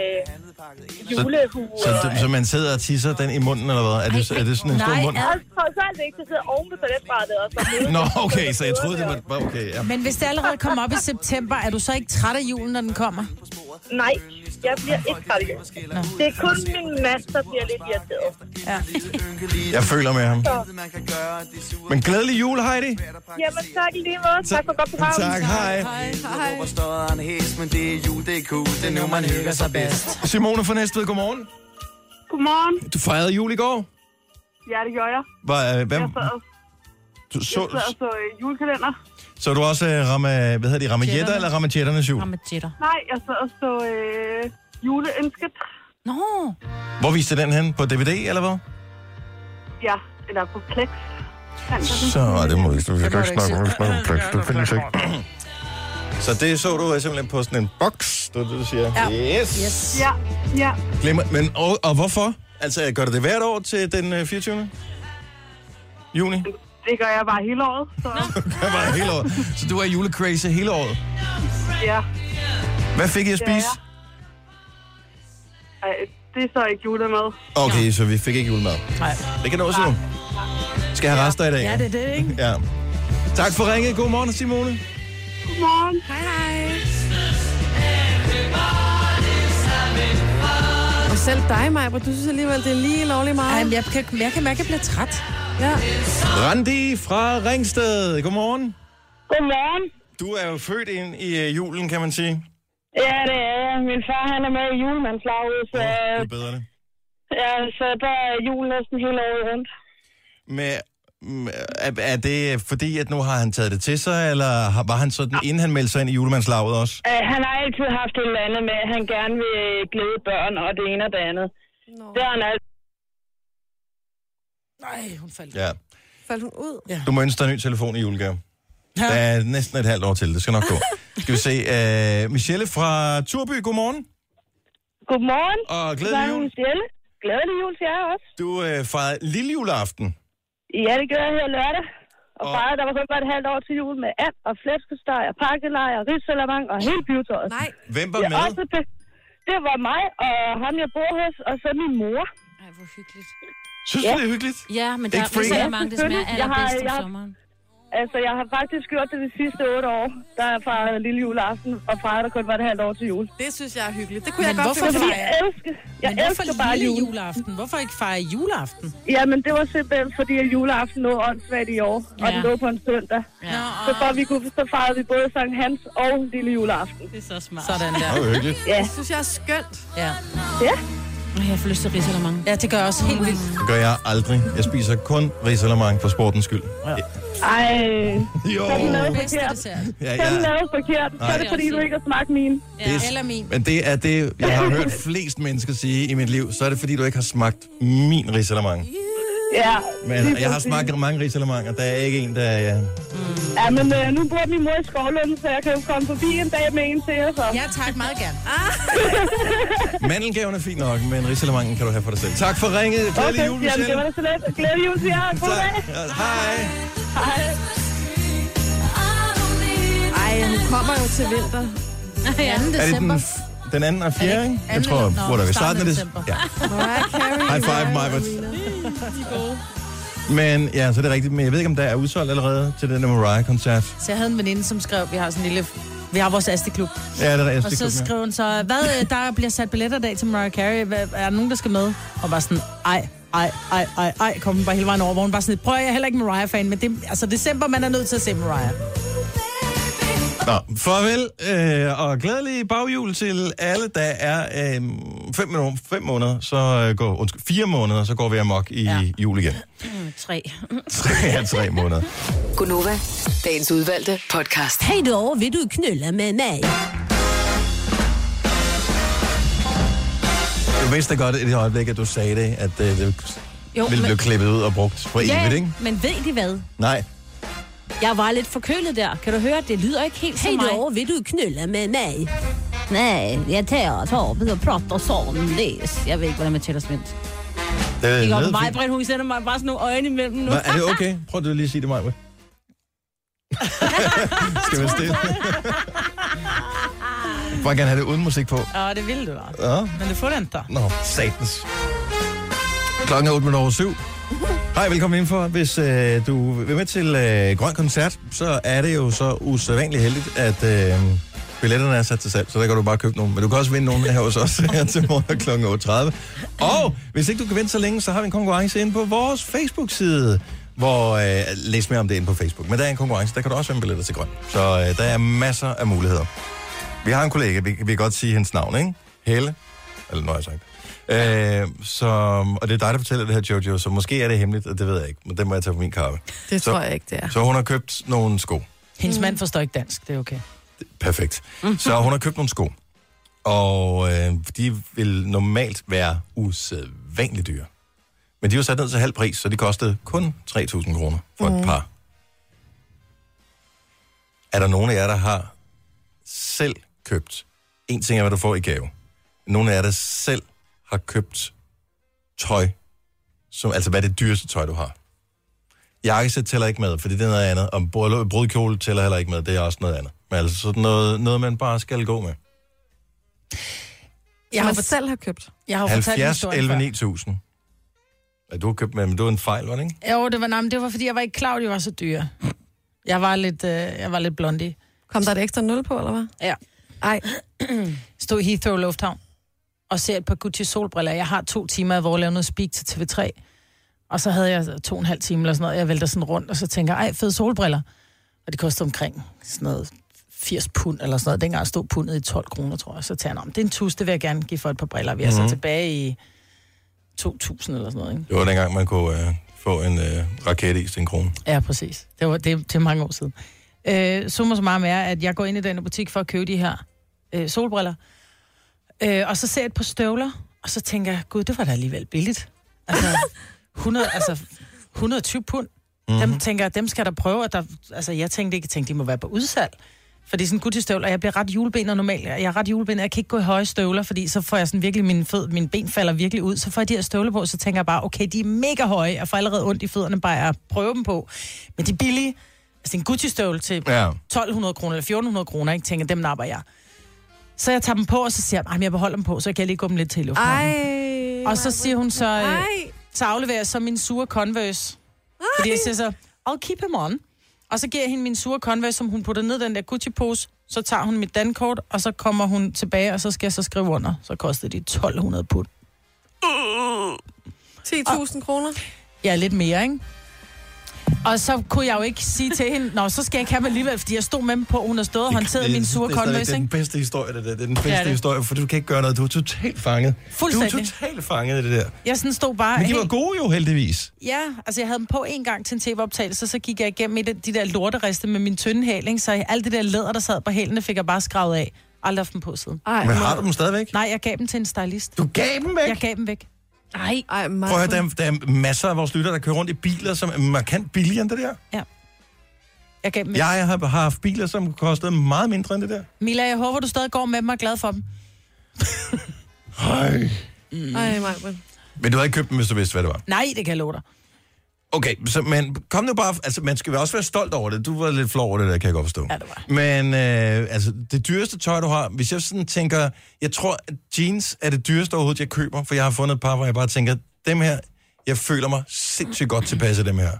julehue.
Så, så man sidder og tisser den i munden, eller hvad? Er det, er det sådan en stor
Nej,
mund?
Og så så er det ikke, det sidder oven på toiletbrættet. Og så
Nå,
altså-
okay, så jeg troede, det var... var Okay, ja.
Men hvis det allerede kommer op i september, er du så ikke træt af julen, når den kommer?
Nej, jeg bliver ikke træt igen. Det er kun min mand, der bliver lidt irriteret.
Ja.
Jeg føler med ham. Men glædelig jul, Heidi.
Jamen tak i lige måde. Tak for godt program.
Tak, hej.
Hej.
Det er nu, man hygger sig bedst.
Simone fra Næstved, godmorgen.
Godmorgen.
Du fejrede jul i går.
Ja, det gjorde jeg.
Var, øh, hvem,
Jeg sad og jeg
du,
sad og
så,
så øh, julekalender.
så du også øh, ramme, hvad hedder de, ramajetta
Jetterne.
eller ramajetternes jul?
Ramajetta.
Nej, jeg sad og så øh, juleønsket.
Nå,
Hvor viste den hen? På DVD, eller hvad?
Ja, eller på Plex.
Så er det må vi skal ikke
ikke
snakke om det. Det findes ikke. Så det så du øh, simpelthen på sådan en boks, det er det, du siger? Ja. Yes. yes.
Ja, ja.
Glemmer, men, og, og hvorfor? Altså, gør du det hvert år til den øh, 24. juni?
Det gør jeg bare hele året. Så
Det var hele året. Så du er julecrazy hele året.
ja.
Hvad fik I at spise?
Ej, det er så ikke julemad.
Okay, så vi fik ikke julemad.
Nej.
Det kan nås nu. Skal jeg have rester i dag?
Ja, det er det, ikke?
Ja. Tak for ringet. God morgen, Simone.
Godmorgen.
Hej, hej. Og selv dig, Maja, du synes alligevel, det er lige lovlig
Ej,
meget.
men jeg kan, jeg kan mærke, at jeg bliver træt.
Ja.
Randi fra Ringsted. God morgen.
Godmorgen.
Du er jo født ind i øh, julen, kan man sige.
Ja, det er jeg. Min far, han er med i julemandslaget, så,
Det er bedre det.
øh, ja, så der er jul næsten hele året rundt.
Men mm, er, er det fordi, at nu har han taget det til sig, eller har- var han sådan, inden han meldte sig ind i julemandslaget også?
Øh, han har altid haft et eller andet med, at han gerne vil glæde børn og det ene og det andet.
Nå.
Det har han altid.
Nej, hun faldt.
Ja.
Faldt hun ud?
Du må ønske dig en ny telefon i julegave. Der er næsten et halvt år til. Det skal nok gå. Skal vi se. Uh, Michelle fra Turby, godmorgen.
Godmorgen.
Og glædelig
Godmorgen,
jul.
Michelle. Glædelig jul til jer også.
Du uh, fejrede lille juleaften.
Ja, det gør jeg her lørdag. Og
Og-
bare, der var kun bare et halvt år til jul med and og flæskesteg og pakkelej og risalamang og hele pivetøjet.
Nej.
Hvem var
altså, Det, er
med?
også be- det var mig og ham, jeg bor hos, og så min mor.
Ej, hvor hyggeligt.
Synes du,
Ja.
det er hyggeligt?
Ja, men der
Ikke
er
freak?
så mange, det smager
Jeg har-
allerbedst om
jeg-
sommeren.
Altså, jeg har faktisk gjort det de sidste otte år, der er fra lille juleaften, og fra der kun var et halvt år til jul.
Det synes jeg er hyggeligt. Det kunne
Men
jeg godt
hvorfor
finde
Fordi
mig.
fejrer
jeg
jeg?
elsker, jeg
Men
elsker
hvorfor
bare
lille
jul. jul.
juleaften? Hvorfor ikke fejre juleaften?
Jamen, det var simpelthen fordi, at juleaften lå åndssvagt i år, ja. og
Ja.
den lå på en søndag.
Ja. Nå,
Så, for vi kunne, så fejrede vi både Sankt Hans og lille juleaften.
Det er så smart.
sådan der.
Det var hyggeligt.
Ja,
Det synes jeg er skønt.
Ja.
Åh, jeg får lyst til risalamang.
ja, det gør jeg også helt vildt.
Det gør jeg aldrig. Jeg spiser kun risalamang for sportens skyld. Ja.
ej,
Jo.
så er den lavet
Bedste
forkert.
dessert.
Ja,
Så er den
ja.
lavet forkert. Så er det fordi, du ikke har smagt mine.
Det-
Eller min.
Men det er det, jeg har hørt flest mennesker sige i mit liv. Så er det, fordi du ikke har smagt min risalamang.
Ja,
Men jeg har smagt mange risalamang, og der er ikke en, der er...
ja men øh, nu bor min mor i Skovlund, så jeg kan jo komme forbi en dag med en til jer. Så.
Ja, tak meget gerne.
Mandelgaven er fint nok, men risalamangen kan du have for dig selv. Tak for ringet. Glædelig
Okay,
jul,
jamen, det
Michelle.
var da så let. Glædelig jul til jer. God dag.
Tak. Ja, Hej.
Hej.
Ej, hun kommer jo til vinter.
Ja.
Er det den,
December.
f- den anden og fjerde, ikke? Jeg
anden
tror,
eller- Nå,
hvor der er
starten
starten af
af
det.
december.
Ja.
Mariah Carey.
High five, Majbert. Men ja, så er det rigtigt. Men jeg ved ikke, om der er udsolgt allerede til den der Mariah-koncert.
Så jeg havde en veninde, som skrev, vi har sådan en lille... Vi har vores Asteklub.
Ja, det er
Og
rigtigt.
så skrev hun så, hvad øh, der bliver sat billetter i dag til Mariah Carey? Hvad, er der nogen, der skal med? Og var sådan, ej, ej, ej, ej, ej, kom hun bare hele vejen over, hvor hun bare sådan, prøv jeg er heller ikke Mariah-fan, men det, altså december, man er nødt til at se Mariah.
Nå, farvel øh, og glædelig baghjul til alle, der er øh, fem, minutter, fem måneder, så øh, går, undskyld, fire måneder, så går vi amok i ja.
Ja.
jul igen.
Mm, Tre.
Tre, ja, tre måneder.
Gunova, dagens udvalgte podcast.
Hej då, vil du knulle med mig?
Jeg vidste godt i det øjeblik, at du sagde det, at øh, det
Jo,
ville blive klippet ud og brugt for
ja,
evigt, ikke?
men ved de hvad?
Nej.
Jeg var lidt forkølet der. Kan du høre, det lyder ikke helt som mig.
vill du knulla med mig?
Nej, jeg tager toppen og prater sådan læs. Jeg ved ikke, hvordan man tæller smidt.
Det
Ikke op med
lyder
mig,
Øh, fint.
Brind, hun sender mig bare sådan nogle øjne imellem nu.
Nå, er det okay? Prøv du lige at sige det mig. Skal vi stille? Bare gerne have det uden musik på.
Åh, det ville du da.
Ja.
Men det forventer.
Nå, satans. Klokken er 8 minutter over syv. Hej, velkommen indenfor. Hvis øh, du vil med til øh, Grøn Koncert, så er det jo så usædvanligt heldigt, at øh, billetterne er sat til salg, så der kan du bare købe nogle. Men du kan også vinde nogle her hos os her til morgen kl. 8.30. Og hvis ikke du kan vente så længe, så har vi en konkurrence inde på vores Facebook-side, hvor, øh, læs mere om det inde på Facebook, men der er en konkurrence, der kan du også vinde billetter til Grøn. Så øh, der er masser af muligheder. Vi har en kollega, vi, vi kan godt sige hendes navn, ikke? Helle. Eller nu har jeg sagt. det. Øh, som, og det er dig, der fortæller det her, Jojo, så måske er det hemmeligt, og det ved jeg ikke, men det må jeg tage på min kappe.
Det
Så-
tror jeg ikke, det er.
Så hun har købt nogle sko.
Hendes mand forstår ikke dansk, det er okay.
Perfekt.
Mhm.
Så hun har købt nogle sko, og øh, de vil normalt være usædvanligt dyre. Men de var sat ned til halv pris, så de kostede kun 3.000 kroner for
Mm.
et par. Er der nogen af jer, der har selv købt? En ting er, hvad du får i gave. Nogle af jer, der selv har købt tøj, som, altså hvad er det dyreste tøj, du har? Jakkesæt tæller ikke med, fordi det er noget andet. Og brud- brudkjole tæller heller ikke med, det er også noget andet. Men altså sådan noget, noget man bare skal gå med.
Jeg har selv har købt.
Jeg har jo fortalt
70,
historien
11,
før.
9000. Ja, du har købt med, men du er en fejl, var det ikke?
Jo, det var, nej, men det var fordi, jeg var ikke klar, over, de var så dyre. Jeg var lidt, øh, jeg var lidt blondie.
Kom der et ekstra nul på, eller hvad?
Ja.
Ej,
Stod i Heathrow Lufthavn og ser et par Gucci solbriller. Jeg har to timer, hvor jeg laver noget speak til TV3. Og så havde jeg to og en halv time eller sådan noget. Jeg vælter sådan rundt, og så tænker jeg, ej, fede solbriller. Og det kostede omkring sådan noget 80 pund eller sådan noget. Dengang stod pundet i 12 kroner, tror jeg. Så tager jeg, "Nå, men det er en tus, det vil jeg gerne give for et par briller. Vi er mm-hmm. så tilbage i 2000 eller sådan noget, ikke?
Det var dengang, man kunne øh, få en øh, raket i sin krone.
Ja, præcis. Det var det, det er mange år siden. Øh, summa summarum er, at jeg går ind i den her butik for at købe de her øh, solbriller. Øh, og så ser jeg et par støvler, og så tænker jeg, gud, det var da alligevel billigt. Altså, 100, altså 120 pund. Mm-hmm. Dem tænker jeg, dem skal der prøve. Og der, altså, jeg tænkte ikke, jeg tænkte, de må være på udsalg. For det er sådan en gucci støvler, og jeg bliver ret julebenet normalt. Jeg er ret julebenet, jeg kan ikke gå i høje støvler, fordi så får jeg sådan virkelig, mine, fed, mine ben falder virkelig ud. Så får jeg de her støvler på, så tænker jeg bare, okay, de er mega høje. Jeg får allerede ondt i fødderne bare af at prøve dem på. Men de er billige. Altså, det er en Gucci-støvle til
Ja.
1200 kroner eller 1400 kroner, ikke? Tænker, dem napper jeg. Så jeg tager dem på, og så siger jeg, at jeg beholder dem på, så jeg kan lige gå dem lidt til i lufthavnen.
ej.
Og så siger hun så, øh,
Ej.
så afleverer jeg så min sure Converse. Fordi jeg siger så, I'll keep him on. Og så giver jeg hende min sure Converse, som hun putter ned i den der Gucci-pose. Så tager hun mit dankort, og så kommer hun tilbage, og så skal jeg så skrive under. Så kostede de 1200 pund.
10.000 kroner.
Ja, lidt mere, ikke? Og så kunne jeg jo ikke sige til hende, nå, så skal jeg ikke have dem alligevel, fordi jeg stod med dem på, hun har stået og håndteret min sure
det, er stadigvæk-
Converse,
Det er den
ikke?
bedste historie, det der. Det er den bedste
det.
historie, for du kan ikke gøre noget. Du er totalt fanget. Du er
Fuldstændig.
totalt fanget i det der.
Jeg sådan stod bare...
Men de var
helt-
gode jo, heldigvis.
Ja, altså jeg havde dem på en gang til en tv-optagelse, så gik jeg igennem et af de der lorteriste med min tynde hæl, ikke? så alt det der læder, der sad på hælene, fik jeg bare skravet af. Aldrig haft dem på siden.
Ej,
Men har du dem stadigvæk?
Nej, jeg gav dem til en stylist.
Du gav dem væk?
Jeg gav dem væk.
Nej,
Ej,
Prøv at
Martin.
høre, der er, der er masser af vores lytter, der kører rundt i biler, som er markant billigere end det der.
Jeg gav dem væk. Ja.
Jeg har, har haft biler, som kostede meget mindre end det der.
Mila, jeg håber, du stadig går med dem og er glad for dem.
Hej.
Mm. Ej, Martin.
Men du havde ikke købt dem, hvis du vidste, hvad det var.
Nej, det kan jeg love dig.
Okay, så, men kom nu bare... Altså, man skal jo også være stolt over det. Du var lidt flov over det der, kan jeg godt forstå.
Ja, det var.
Men øh, altså, det dyreste tøj, du har... Hvis jeg sådan tænker... Jeg tror, at jeans er det dyreste overhovedet, jeg køber. For jeg har fundet et par, hvor jeg bare tænker... Dem her... Jeg føler mig sindssygt godt tilpas af dem her.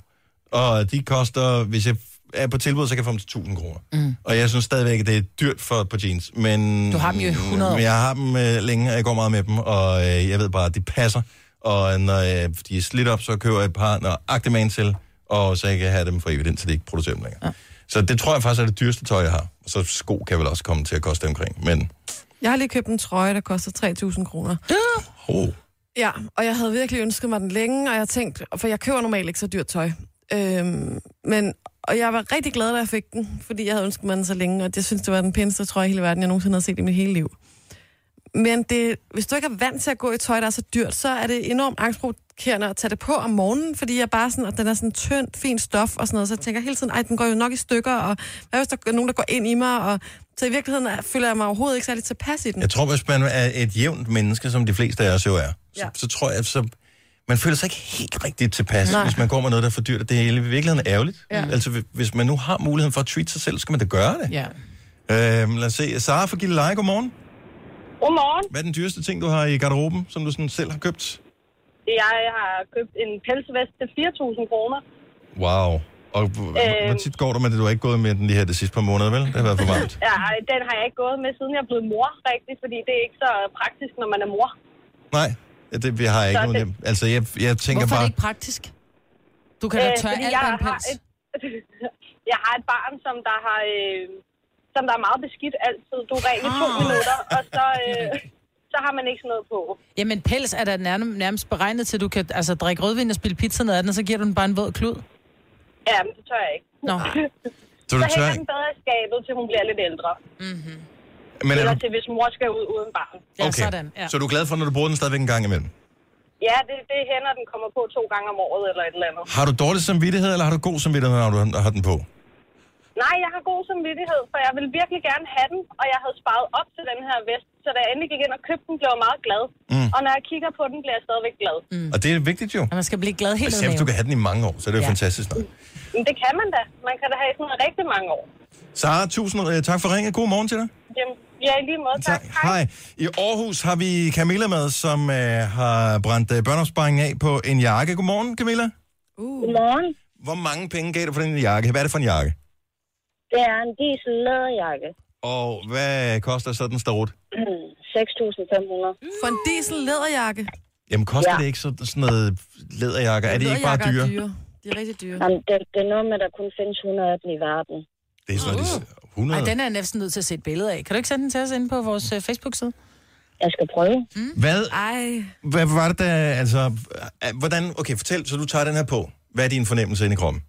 Og de koster... Hvis jeg er på tilbud, så kan jeg få dem til 1000 kroner. Mm. Og jeg synes stadigvæk, at det er dyrt for et par jeans. Men,
Du har dem jo i 100 år.
Mm, Men jeg har dem øh, længe, og jeg går meget med dem. Og øh, jeg ved bare, at de passer. Og når øh, de er slidt op, så køber jeg et par nøjagtig man til. Og så jeg kan have dem for evigt, indtil de ikke producerer dem længere. Ja. Så det tror jeg faktisk er det dyreste tøj, jeg har. Og så sko kan vel også komme til at koste omkring. Men
Jeg har lige købt en trøje, der koster 3.000 kroner.
oh,
Ja, og jeg havde virkelig ønsket mig den længe, og jeg tænkte, for jeg køber normalt ikke så dyrt tøj. Øhm, men, og jeg var rigtig glad, da jeg fik den, fordi jeg havde ønsket mig den så længe, og jeg synes, det var den pæneste trøje i hele verden, jeg nogensinde havde set i mit hele liv. Men det, hvis du ikke er vant til at gå i tøj, der er så dyrt, så er det enormt angstprovokerende at tage det på om morgenen, fordi jeg bare sådan, at den er sådan tynd, fin stof og sådan noget, så jeg tænker hele tiden, ej, den går jo nok i stykker, og hvad hvis der er nogen, der går ind i mig, og så i virkeligheden er- føler jeg mig overhovedet ikke særlig tilpas i den.
Jeg tror, hvis man er et jævnt menneske, som de fleste af os jo er, ja. så,
Ja.
så tror jeg, så man føler sig ikke helt rigtigt tilpas, Nej.
Nej.
hvis man går med noget, der er for dyrt. og Det er i virkeligheden ærgerligt. Ja. Altså, hvis- hvis man nu har muligheden for at treat sig selv, så skal man da gøre det.
Ja.
Ja. Øhm, lad os se. Sara fra Gilleleje, godmorgen.
Godmorgen.
Hvad er den dyreste ting, du har i garderoben, som du sådan selv har købt?
Jeg har købt en pelsvest til 4.000 kroner.
Wow. Og h- h- hvor
Øhm.
tit går du med det? Du har ikke gået med den lige her de sidste par måneder, vel? Det har været for varmt.
Ja, ej, den har jeg ikke gået med, siden jeg er blevet mor, rigtig, fordi det er ikke så praktisk, når man er mor.
Nej, ja, det vi har jeg ikke
Så
nogen
det-
hjem. Altså, jeg, jeg tænker
Hvorfor er det
bare...
ikke praktisk? Du kan da
Øh,
tørre
fordi
alt
jeg
på en
har
pels.
et- jeg har et barn, som der har... Øh, som der er meget beskidt altid. Du er ren i to
Ah.
minutter, og så, øh, så har man ikke sådan noget på.
Jamen, pels er da nærm- nærmest beregnet til, at du kan altså, drikke rødvin og spille pizza ned af den, og så giver du den bare en våd klud.
Ja, men det tør jeg ikke.
Nå.
Så du
Så
tør,
hænger den bedre i skabet, til hun bliver lidt ældre.
men er
Eller
du,
til, hvis mor skal ud uden barn.
Mhm. Ja,
okay.
sådan. Ja.
Så du er glad for, når du bruger den stadigvæk en gang imellem?
Ja, det, det er hænder, den kommer på to gange om året eller et eller andet.
Har du dårlig samvittighed, eller har du god samvittighed, når du har den
Mm.
på?
Nej, jeg har god samvittighed, for jeg ville virkelig gerne have den, og jeg havde sparet op til den her vest, så da jeg endelig gik ind og købte den, blev jeg meget glad. Mm. Og når jeg kigger på den, bliver jeg stadigvæk glad. Mm.
Mm. Og det er vigtigt jo.
Og man skal blive glad helt
Især hvis du
ned.
kan have den i mange år, så er det jo ja. fantastisk nok.
Men det kan man da. Man kan da have sådan noget rigtig mange år.
Sara, tusind øh, tak for ringet. God morgen til dig.
Jamen, ja, i lige måde. Tak.
Hej. I Aarhus har vi Camilla med, som øh, har brændt øh, børneopsparingen af på en jakke. Godmorgen, Camilla.
Godmorgen.
Hvor mange penge gav du for den jakke? Hvad er det for en jakke?
Det er en diesel læderjakke.
Og hvad koster sådan en starot?
6.500.
For en diesel læderjakke.
Jamen, koster ja.
Ja.
det ikke så- sådan noget læderjakker? Er det ikke bare
Læderjakker
dyre?
Er dyre. De er rigtig dyre.
Jamen, det, det er noget med, at der kun findes 100 af dem i verden.
Det er sådan noget, de s- 100.
Ej, den er jeg næsten nødt til at se et billede af. Kan du ikke sende den til os inde på vores øh, Facebook-side? Mm.
Jeg skal prøve.
Hvad,
Ej,
hvad var det der, altså... øh, Hvordan, okay, fortæl, så du tager den her på. Hvad er din fornemmelse inde i kroppen?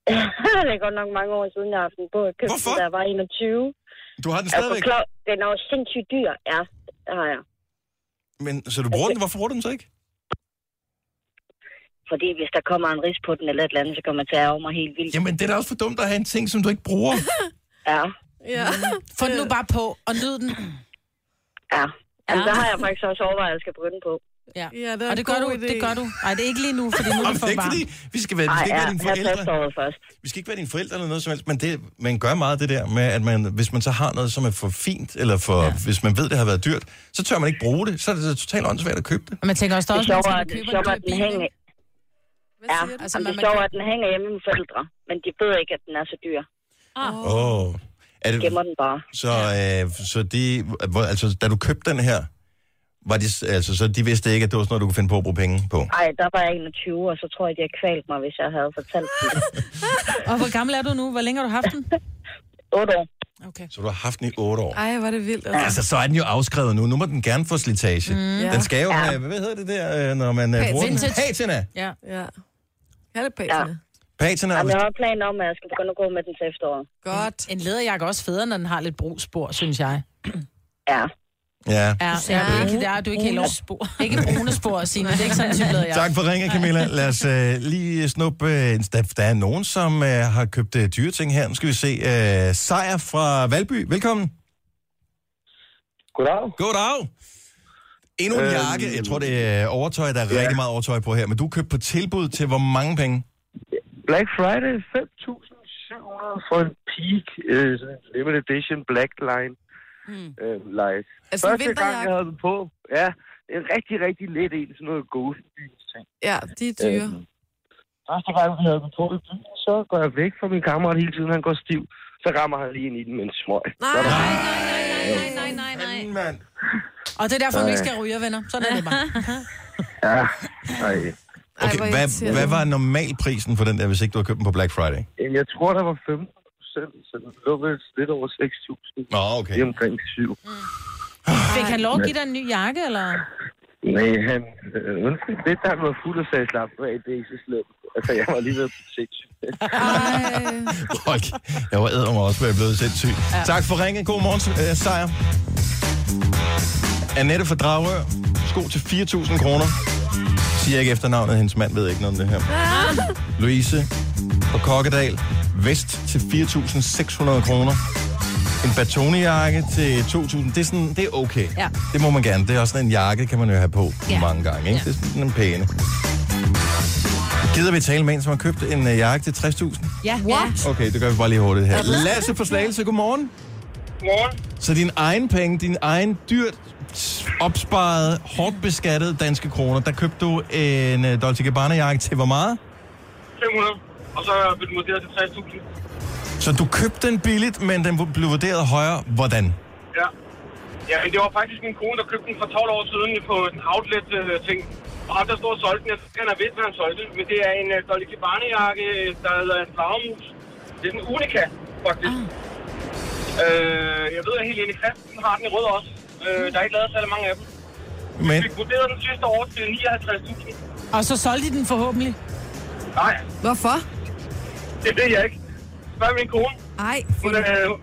det er godt nok mange år siden, jeg har haft den på. Jeg købte
Hvorfor?
den, da jeg var 21.
Du har den
Jeg er
stadigvæk,
klar, den er jo sindssygt dyr. Ja, det har jeg.
men så du
Altså-
bruger den. Hvorfor bruger du den så ikke?
Fordi hvis der kommer en ris på den eller et eller andet, så kommer man til at ærge mig helt vildt.
Jamen, det er da også for dumt at have en ting, som du ikke bruger.
Ja,
ja.
Få den nu bare på og nyd den.
ja. Jamen, der har jeg faktisk også overvejet, at jeg skal begynde på.
Ja.
Ja, det er
og
en
det gør
god
du,
idé.
det gør du. Nej, det er ikke lige nu, fordi nu er
Jamen,
du
det
for
er ikke
varm.
fordi, vi skal, være, vi
Nej,
skal ikke
ja,
være dine
jeg
forældre.
tager året først.
Vi skal ikke være dine forældre eller noget som helst, men det, man gør meget det der med, at man, hvis man så har noget, som er for fint, eller for, ja. hvis man ved, det har været dyrt, så tør man ikke bruge det. Så er det totalt åndssvagt at købe det.
Og man tænker også, der
Det
er
er
også
sjovt,
mennesker,
at,
der køber en
det er sjovt, at
dyr bil,
den hænger,
ikke?
Hvad
ja,
siger du?
Altså,
altså, det
man
er
kan-
sjovt, at den hænger hjemme med forældre, men de ved ikke, at den er så dyr.
Ah.
Åh. Oh. Er det,
Gemmer den bare.
så, øh, så de, hvor, altså, da du købte den her, var de, s- altså, så de vidste ikke, at det var sådan noget, du kunne finde på at bruge penge på.
Ej, der var jeg 21, og så tror jeg, de har kvalt mig, hvis jeg havde fortalt dem. det.
Og hvor gammel er du nu? Hvor længe har du haft den?
8 år.
Okay.
Så du har haft den i otte år.
Ej, hvor er det vildt. Altså.
Altså, så er den jo afskrevet nu. Nu må den gerne få slitage. Mm.
Ja.
Den skal jo have, hvad hedder det der, øh, når man øh, bruger den?
vintage.
Patina.
Ja.
Ja. Kald det pæsene.
Patina.
Jamen, jeg har planer om, at jeg skal begynde at gå med den til efteråret.
Godt.
En læderjakke er også federe, når den har lidt brugspor, synes jeg.
Ja.
Ja.
Ja, ja. Du er ikke, der er du ikke helt over. Spor. Ikke brune spor, Signe. Det er ikke sådan en type læderjakke.
Tak for ringen, Camilla. Lad os øh, lige snuppe... Øh, en- der, der er nogen, som øh, har købt øh, dyre ting her. Nu skal vi se. Øh, Sejr fra Valby. Velkommen.
Goddag.
Goddag. Endnu en
Øhm.
jakke. Jeg tror, det er overtøj. Der er
Ja.
rigtig meget overtøj på her. Men du købte på tilbud til hvor mange penge?
Black Friday 5.700 for en peak, øh, sådan en limited edition black line.
Hmm.
Mm. Øh, light.
Altså
Første
en
gang,
vinterjakke.
jeg havde den på, ja, en rigtig, rigtig let en, sådan noget Ghostbys ting.
Ja, de er dyre.
Øhm, Første gang, jeg havde den på i byen, så går jeg væk fra min kammerat hele tiden, han går stiv. Så rammer han lige ind i den med en smøg.
Nej,
Så er der-
nej,
Nej, nej, nej, nej.
Mand.
Og det er derfor, vi ikke skal ryge, venner. Sådan er det bare.
Ja, nej.
Okay,
hvor
hvad,
irriterende.
hvad var normalprisen for den der, hvis ikke du har købt den på Black Friday?
Jamen, Jeg tror, der var 15 procent, så den lå vel lidt over 6.000.
Nå, okay.
Lige omkring 7.
Fik han lov at give dig en ny jakke, eller?
Nej, han øh, ønskede lidt, da han var fuld og sagde, slap af, det er ikke så slemt. Altså, jeg var lige ved at blive sindssyg.
Folk, jeg var æder mig også, hvor jeg blev sindssyg. Ja. Tak for ringen. God morgen, øh, Sejr. Annette fra Dragør. Sko til 4.000 kroner. Siger ikke efternavnet, hendes mand ved ikke noget om det her. Louise fra Kokkedal. Vest til 4.600 kroner. En batonejakke til 2.000. Det er, sådan, det er okay.
Ja.
Det må man gerne. Det er også sådan en jakke, kan man jo have på
Ja.
ja. mange gange. Ikke? Ja. Det er sådan en pæne. Gider vi tale med en, som har købt en øh, jakke til 60.000?
Ja. What?
Okay, det gør vi bare lige hurtigt her. Lasse fra Slagelse, godmorgen.
Morgen.
Så din egen penge, din egen dyrt opsparede, hårdt beskattede danske kroner, der købte du en øh, Dolce Gabbana-jakke til hvor meget?
500. Og så blev den vurderet til 60.000.
Så du købte den billigt, men den blev vurderet højere. Hvordan?
Ja. Ja, men det var faktisk min kone, der købte den for 12 år siden på en outlet-ting. Og ham, der stod og solgte den, jeg tror ikke, han har vidst, hvad han solgte. Men det er en uh, Dolly Gabbana-jakke, der hedder en dragemus. Det er sådan en unika, faktisk. Ah. Øh, jeg ved, at Helene Christensen har den i rød også. Øh, der er ikke lavet særlig mange af dem. Men... Vi
Men-
fik vurderet den sidste år til 59.000.
Og så solgte de den forhåbentlig.
Nej,
Hvorfor?
det ved jeg ikke. Spørg min kone.
Ej,
Hun er,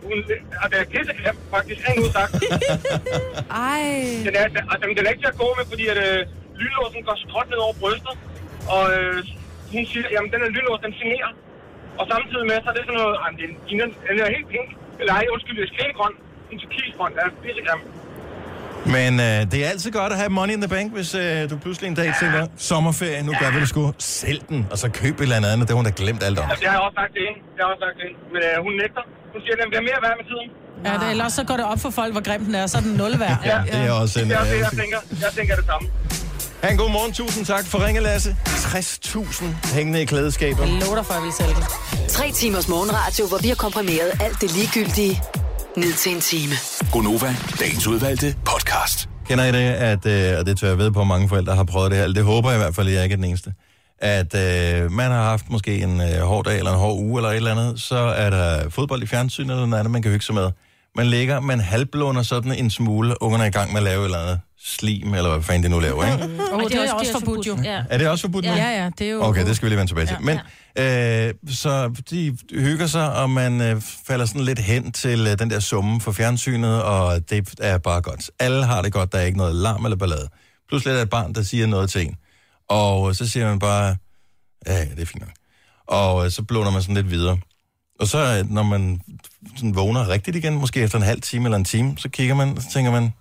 hun er, er pissegrim, faktisk, rent ud sagt.
Ej.
Den er, den, altså, den er ikke til at gå med, fordi at, øh, lynlåsen går skråt ned over brystet. Og øh, hun siger, jamen den her lynlås, den generer. Og samtidig med, så er det sådan noget, jamen den, den, den er helt pink. Eller ej, undskyld, det er skænegrøn. En turkisgrøn, den er pissegrim.
Men øh, det er altid godt at have money in the bank, hvis øh, du pludselig en dag tænker, sommerferie, nu gør vi det sgu. Sælg den, og så køb et eller andet andet, det har hun da glemt alt om.
Altså, det har jeg også sagt til hende. Det har jeg også sagt til hende. Men øh, hun nægter. Hun siger, at den bliver mere værd med tiden.
Ja,
Ah.
det, ellers så går det op for folk, hvor grim den er, så er den nul værd.
Ja, det er også en...
Det er også det,
øh,
jeg tænker. Jeg tænker det samme.
Ha' en god morgen. Tusind tak for ringe, Lasse. 60.000 hængende i klædeskabet.
Jeg lover dig for, at vi sælger
Tre timers morgenradio, hvor vi har komprimeret alt det ligegyldige ned til en time.
Gonova, dagens udvalgte podcast.
Kender I det, at, øh, og det tør jeg ved på, at mange forældre har prøvet det her, eller det håber jeg i hvert fald, at jeg ikke er den eneste, at øh, man har haft måske en øh, hård dag eller en hård uge eller et eller andet, så er der fodbold i fjernsynet eller noget andet, man kan hygge sig med. Man ligger, man halvblåner sådan en smule, ungerne er i gang med at lave et eller andet slim, eller hvad fanden det nu laver, ikke?
Åh, det, er også forbudt, jo. Ja.
Er det også forbudt nu?
Ja, ja, det er jo...
Okay, det skal vi lige vende tilbage til. Men, øh, så de hygger sig, og man øh, falder sådan lidt hen til øh, den der summe for fjernsynet, og det er bare godt. Alle har det godt, der er ikke noget larm eller ballade. Pludselig er der et barn, der siger noget til en. Og øh, så siger man bare, ja, ja, det er fint nok. Og øh, så blåner man sådan lidt videre. Og så, øh, når man sådan vågner rigtigt igen, måske efter en halv time eller en time, så kigger man, og så tænker man,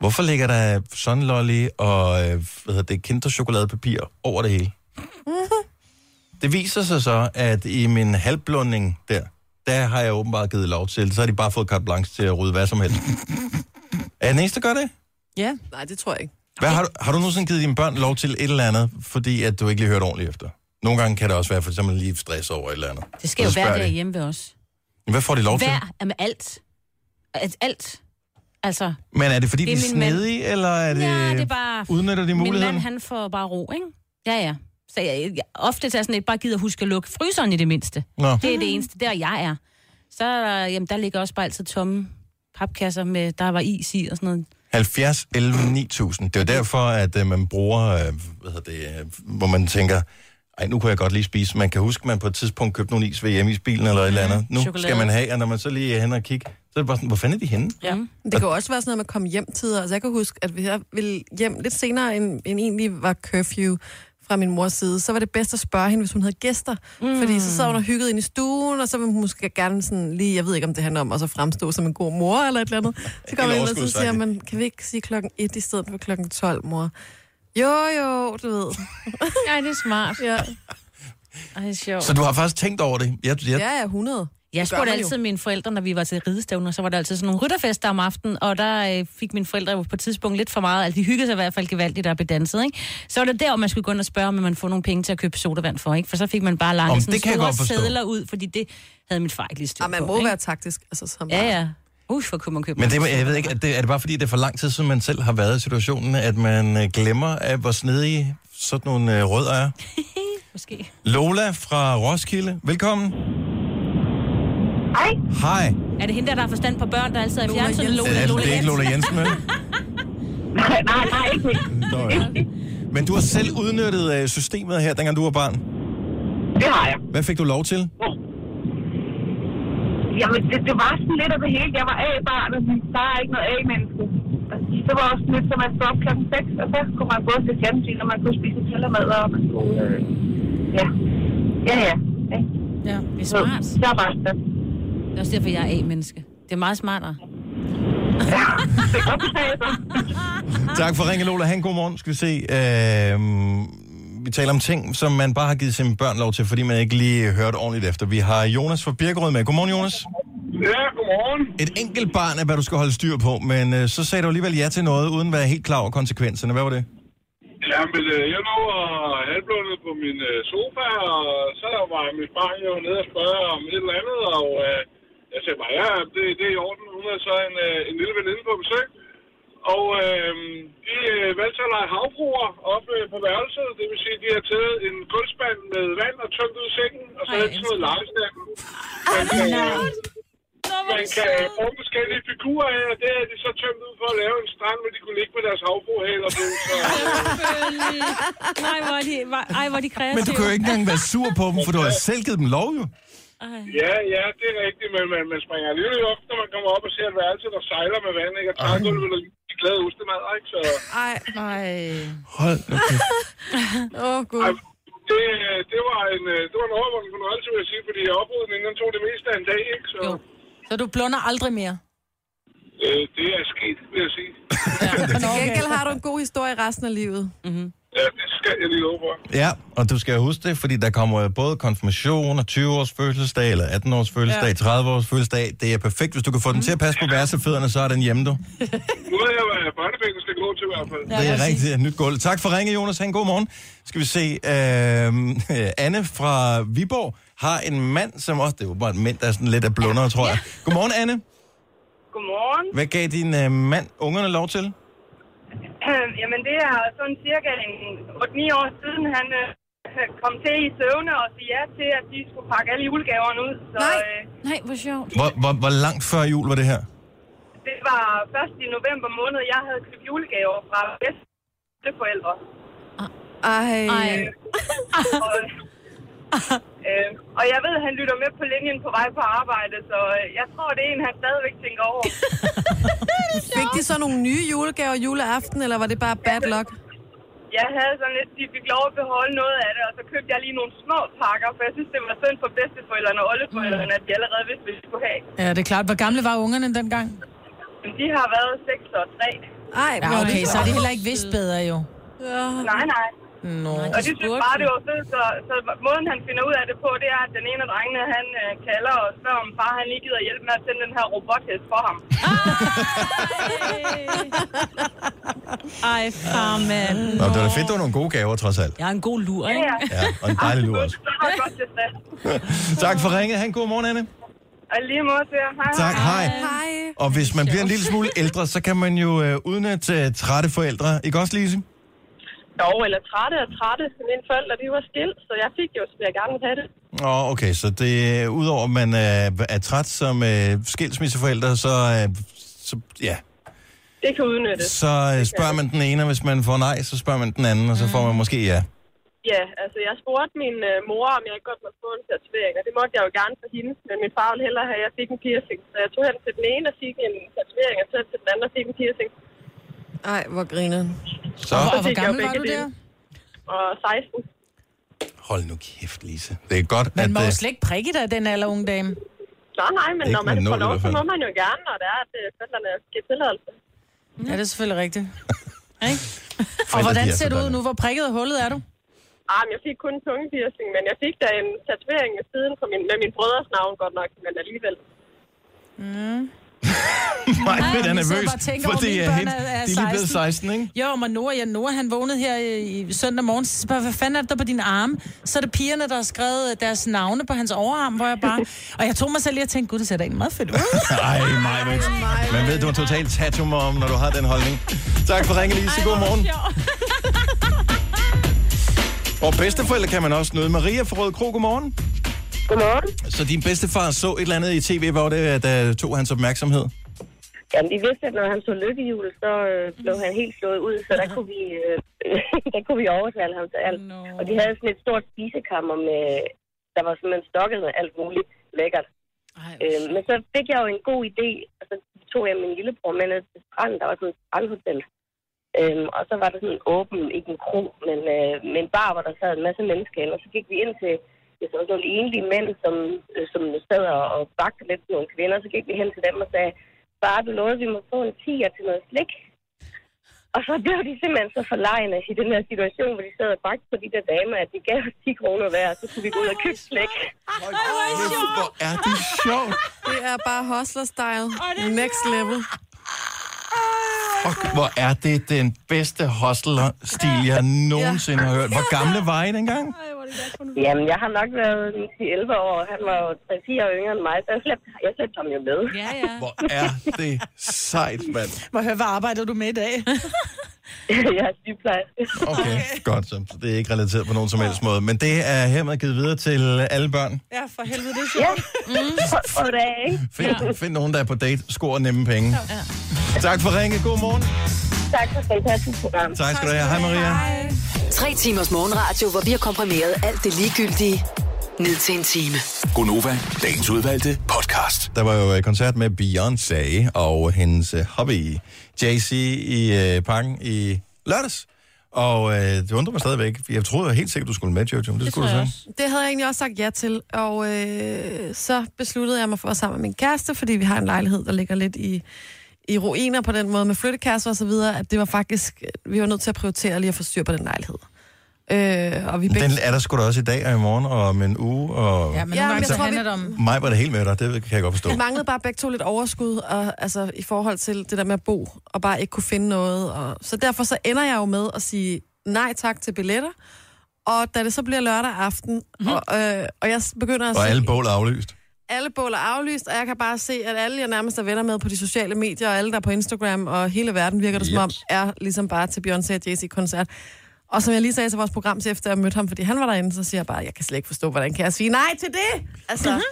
hvorfor ligger der sunlolly og øh, hvad hedder det, kinderchokoladepapir over det hele? Det viser sig så, at i min halvblundning der, der har jeg åbenbart givet lov til, så har de bare fået carte blanche til at rydde hvad som helst. er jeg den eneste, der gør det?
Ja.
Nej, det tror jeg ikke.
Hvad, har, du, har du nogensinde givet dine børn lov til et eller andet, fordi at du ikke lige hørte ordentligt efter? Nogle gange kan det også være, for eksempel lige stress over et eller andet.
Det sker
Og
jo
så spørger
hver dag
de,
hjemme ved os.
Hvad får de lov til?
Hver, med alt. Alt- Alt. Altså,
Men er det fordi,
Det
det
er
er de er
min mand.
snedige, eller er det,
ja, det er bare...
udnytter de
Min
muligheden?
mand, han får bare ro, ikke? Ja, ja. Så jeg, jeg ofte tager sådan et, bare gider huske at lukke fryseren i det mindste.
Nå.
Det er det eneste, der jeg er. Så er der, jamen, der ligger også bare altid tomme papkasser med, der var is i og sådan noget.
70, 11, 9000. Det er jo derfor, at øh, man bruger, øh, hvad hedder det, øh, hvor man tænker, ej, nu kunne jeg godt lige spise. Man kan huske, at man på et tidspunkt købte nogle is ved hjemme i bilen eller et eller andet. Nu
Chokolade.
skal man have, og når man så lige er henne og kigger, så er det bare sådan, hvor fanden er de henne?
Ja.
Det kan jo også være sådan noget med at komme hjem tider. Altså, jeg kan huske, at vi jeg ville hjem lidt senere, end, end egentlig var curfew fra min mors side, så var det bedst at spørge hende, hvis hun havde gæster. Mm. Fordi så sad hun og hyggede ind i stuen, og så ville hun måske gerne sådan lige, jeg ved ikke, om det handler om at så fremstå som en god mor eller et eller andet. Så kommer
Eller
hun ind og så siger,
overskudsagtigt.
man, kan vi ikke sige klokken 1 i stedet for klokken 12, mor? Jo, jo, du ved.
Nej, det er smart.
ja.
Ej, sjovt.
Så du har faktisk tænkt over det? Jeg, jeg,
ja, 100.
Jeg
Det gør
spurgte
man jo.
altid mine forældre, når vi var til ridestævner, så var der altid sådan nogle rytterfester om aftenen, og der øh, fik mine forældre jo på et tidspunkt lidt for meget, altså de hyggede sig i hvert fald gevaldigt og blev danset, ikke? Så var det der, hvor man skulle gå ind og spørge, om man får nogle penge til at købe sodavand for, ikke? For så fik man bare
Om
langt sådan
det kan jeg
store
godt forstå.
sædler ud, fordi det havde min far ikke lige styr
Og Ah, man
på,
må
ikke?
være taktisk. Altså, som
Ja, ja. Uff, hvor kunne man købe
men
mange
det, jeg ved ikke, er det, er det bare fordi, det er for lang tid siden, man selv har været i situationen, at man øh, glemmer, at hvor snedige sådan nogle øh, rødder er?
sodavand, Måske.
Lola fra Roskilde, velkommen.
Hej.
Hej.
Er det hende, der, der har forstand på børn, der altid er i
Lola
fjernsynet?
Jensen. Ja, Altså, det er ikke Lola Jensen, vel?
Nej, nej, nej, ikke min.
Nå, ja. Men du har selv udnyttet øh, systemet her, dengang du var barn.
Det har jeg.
Hvad fik du lov til?
Jamen, det, det var sådan lidt af det hele. Jeg var A-barn, og min far er ikke noget A-menneske. Og
det var også lidt, så man stod op klokken 6, og så kunne man både se fjernsyn, og man kunne spise tellermad, og man kunne... Øh, ja. Ja, ja.
Ja, det er smart.
Så, der var det.
Det er også derfor, jeg er A-menneske. Det er meget smartere.
Tak for ringen, Lola. Han, god morgen. Skal vi se. Øh, vi taler om ting, som man bare har givet sine børn lov til, fordi man ikke lige hørte ordentligt efter. Vi har Jonas fra Birkerød med. Godmorgen, Jonas.
Ja, godmorgen.
Et enkelt barn er, hvad du skal holde styr på, men øh, så sagde du alligevel ja til noget, uden at være helt klar over konsekvenserne. Hvad var det?
Jamen, øh, jeg lå og halvblundet på min øh, sofa, og så var mit barn jo nede og spørge om et eller andet, og øh, jeg sagde bare, ja, det, det er i orden. Hun havde så en, øh, en lille veninde på besøg, og øh, de øh, valgte at lege havfruer op øh, på værelset. Det vil sige, at de har taget en kulspand med vand og tømt ud i sengen, og så havde de sådan noget legestanden. øh, Man kan, man kan bruge forskellige figurer af, og det er de så tømt ud for at lave en strand, hvor de kunne ligge på deres havfruhaler på. Så,
Nej, hvor er de, hvor, ej, hvor er de kreative.
Men du kan jo ikke engang være sur på dem, for du har selv givet dem lov, jo.
Ja, ja, det er rigtigt, men man, man springer alligevel op, når man kommer op og ser et værelse, der sejler med vand, ikke? Og trægulvet og de glade ostemad, ikke? Så
Ej, nej.
Hold nu kæft.
Åh, oh, gud.
det, øh, det, var en, øh, det var en overvågning fornøjelse, vil jeg sige, fordi oprydningen, den tog det meste af en dag, ikke? Så
Så du blunder aldrig mere.
øh, det er sket, vil jeg sige.
Til gengæld har du en god historie resten af livet. Mm-hmm.
Ja, det skal jeg lige love for.
Ja, og du skal huske det, fordi der kommer jo både konfirmation og 20-års fødselsdag, eller 18-års fødselsdag,
Ja.
30-års fødselsdag. Det er perfekt. Hvis du kan få den til at passe på værsefødderne, så er den hjemme, du.
Nu er jeg hvad børnebænken skal gå til i hvert fald.
Det er rigtigt et nyt gulv. Tak for ringe, Jonas. Ha' en god morgen. Skal vi se. Øh, Anne fra Viborg har en mand, som også... Det er åbenbart mænd, der er sådan lidt af blunder, tror jeg. Godmorgen, Anne.
Godmorgen.
Hvad gav din øh, mand ungerne lov til?
Jamen, det er sådan cirka en 8-9 år siden, han øh, kom til i søvne og sagde ja til, at de skulle pakke alle julegaverne ud. Så nej, øh,
nej hvor sjovt.
Hvor, hvor, hvor langt før jul var det her?
det var først i november måned, jeg havde købt julegaver fra bedsteforældre.
Ej.
Ej. og, øh, og jeg ved, at han lytter med på linjen på vej på arbejde, så øh, jeg tror, det er en, han stadigvæk tænker over.
Fik de så nogle nye julegaver juleaften, eller var det bare bad luck?
Jeg havde sådan lidt, de fik lov at beholde noget af det, og så købte jeg lige nogle små pakker, for jeg synes, det var synd for bedsteforældrene og oldeforældrene,
Mm.
at de allerede vidste, hvad de skulle have.
Ja, det er klart. Hvor gamle var ungerne dengang?
Men de har været 6 og 3.
Ej,
Ja, okay, så er det heller ikke vidst bedre, jo.
Nej, nej.
Nå.
Og de synes bare, det var fedt, så, så måden han finder ud af det på, det er, at den ene af drengene, han øh, kalder og spørger, om far han lige gider hjælpe med at tænde den her robothest for ham.
Ej, far, mand.
Nå, det var da fedt, det var nogle gode gaver, trods alt.
Jeg er en god lur, ikke?
Ja, og en dejlig lur også.
Så var det godt til sted.
Tak for ringe. Ha' en god morgen, Anne.
Og lige måde til jer. Hej,
Tak, hej.
Hej.
Og hvis man bliver en lille smule ældre, så kan man jo øh, udnytte øh, trætte forældre. Ikke også, Lise?
Jo, eller trætte og trætte. Mine forældre, de var stille, så jeg fik jo, som jeg gerne ville have det.
Åh, okay, så det øh, udover at man øh, er træt som øh, skilsmisseforældre, så, øh, så ja,
Det kan Mm. udnyttes.
så øh, spørger man den ene, og hvis man får nej, så spørger man den anden, og så får man måske ja.
Ja, altså jeg spurgte min øh, mor, om jeg ikke godt måtte få en tatovering, og det måtte jeg jo gerne for hende, men min far ville hellere have, at jeg fik en piercing. Så jeg tog hen til den ene og fik en tatovering, og så til den anden og fik en piercing.
Ej, hvor griner.
Så
Hvor,
Og så
hvor
fik jeg jo
gammel var
begge
du
dele.
der?
Og 16.
hold nu kæft, Lise. Det er godt,
Man må
at...
jo
øh,
slet ikke prikke dig, den alder unge dame.
Nej, nej, men
Ikke
når man
med
får
nål i
lov,
hvert
så
fald.
må man jo gerne, når det er, at øh, forældrene giver tilladelse.
Ja, det er selvfølgelig rigtigt. Ikke? Og
Forældre,
hvordan
de er
ser du ud
sådan.
nu? Hvor prikket og hullet er du?
Ah, men jeg fik kun en tungepiercing, men jeg fik da en tatovering ved siden fra min, med min brødres navn godt nok, men alligevel.
Mm.
Maj,
Ej,
Britt er
jeg sidder
nervøs,
bare og tænker over,
fordi
mine
er
børn
hende- de er lige blevet 16, ikke?
Jo, men Nora, ja, Nora, han vågnede her i, i søndag morgen, så spørger, jeg, hvad fanden er det der på din arm? Så er det pigerne, der har skrevet øh, deres navne på hans overarm, hvor jeg bare... og jeg tog mig selv lige og tænkte, gud, det ser da egentlig meget fedt ud.
Ej, mig, man, man ved, du er totalt tattoo mom, når du har den holdning. Tak for ringen, Lise. God morgen. Og bedsteforældre kan man også nøde. Maria fra Røde Kro, godmorgen. Godmorgen. Så din bedstefar så et eller andet i tv, hvor det øh, der tog hans opmærksomhed?
Jamen, de vidste, at når han så lykkehjul, så øh, blev han helt slået ud, så der kunne vi, øh, der kunne vi overtale ham til alt. No. Og de havde sådan et stort spisekammer med, der var simpelthen stokket med alt muligt lækkert. Øh, men så fik jeg jo en god idé, og så tog jeg min lillebror med ned til stranden, der var sådan et strandhotel. Øhm, og så var der sådan en åben, ikke en kro, men, øh, men en bar, hvor der sad en masse mennesker ind, og så gik vi ind til det var sådan nogle enlige mænd, som, øh, som sad og, og bagte lidt til nogle kvinder, så gik vi hen til dem og sagde, far, du lovede, vi må få en tiger til noget slik. Og så blev de simpelthen så forlegne i den her situation, hvor de sad og bagte på de der damer, at de gav os 10 kroner hver, og så kunne vi gå ud og købe slik.
Hvor er det sjovt.
Det er bare hustler-style. Next level.
Fuck, hvor er det den bedste hostler-stil, jeg nogensinde har hørt. Hvor gamle var I dengang?
Jamen, jeg har nok været 11 år, og han var jo 3-4 år yngre end mig, så jeg slæbte, jeg slæbte ham jo med.
Ja, ja.
Hvor er det sejt, mand.
Må jeg høre, hvad arbejder du med i dag?
jeg er sygeplejerske.
Okay, godt. Så det er ikke relateret på nogen som helst måde. Men det er hermed givet videre til alle børn.
Ja, for helvede, det er sjovt. Ja. Mm.
Goddag, ikke?
Find, find nogen, der er på date, score nemme penge. Tak for ringe. God morgen.
Tak for et fantastisk program.
Tak skal du have. Hej Maria.
Tre timers morgenradio, hvor vi har komprimeret alt det ligegyldige ned til en time.
Gonova, dagens udvalgte podcast.
Der var jo øh, koncert med Beyoncé og hendes øh, hobby, Jay-Z, i øh, parken i lørdags. Og øh, det undrer mig stadigvæk. for Jeg troede helt sikkert, du skulle med, Jojo, men det, det skulle du så. ikke.
Det havde jeg egentlig også sagt ja til, og øh, så besluttede jeg mig for sammen med min kæreste, fordi vi har en lejlighed, der ligger lidt i, i ruiner på den måde med flyttekasser og så videre, at det var faktisk, vi var nødt til at prioritere lige at få styr på den lejlighed. Øh, og vi begge...
Den er der sgu da også i dag og i morgen og om en uge. Og...
Ja, men nogle gange så handler det om...
Mig var det helt med dig, det kan jeg godt forstå.
Vi manglede bare begge to lidt overskud og, altså, i forhold til det der med at bo, og bare ikke kunne finde noget. Og... Så derfor så ender jeg jo med at sige nej tak til billetter, og da det så bliver lørdag aften, mm-hmm. og, øh, og jeg begynder at
Mhm. Og
sige-
alle bål er aflyst.
alle bål er aflyst, og jeg kan bare se, at alle, jeg nærmest er venner med på de sociale medier, og alle, der er på Instagram, og hele verden virker det som om, er ligesom bare til Beyoncé og Jay-Z-koncert. Og som jeg lige sagde til vores program, efter jeg mødte ham, fordi han var derinde, så siger jeg bare, jeg kan slet ikke forstå, hvordan kan jeg sige nej til det? Altså,
Mhm.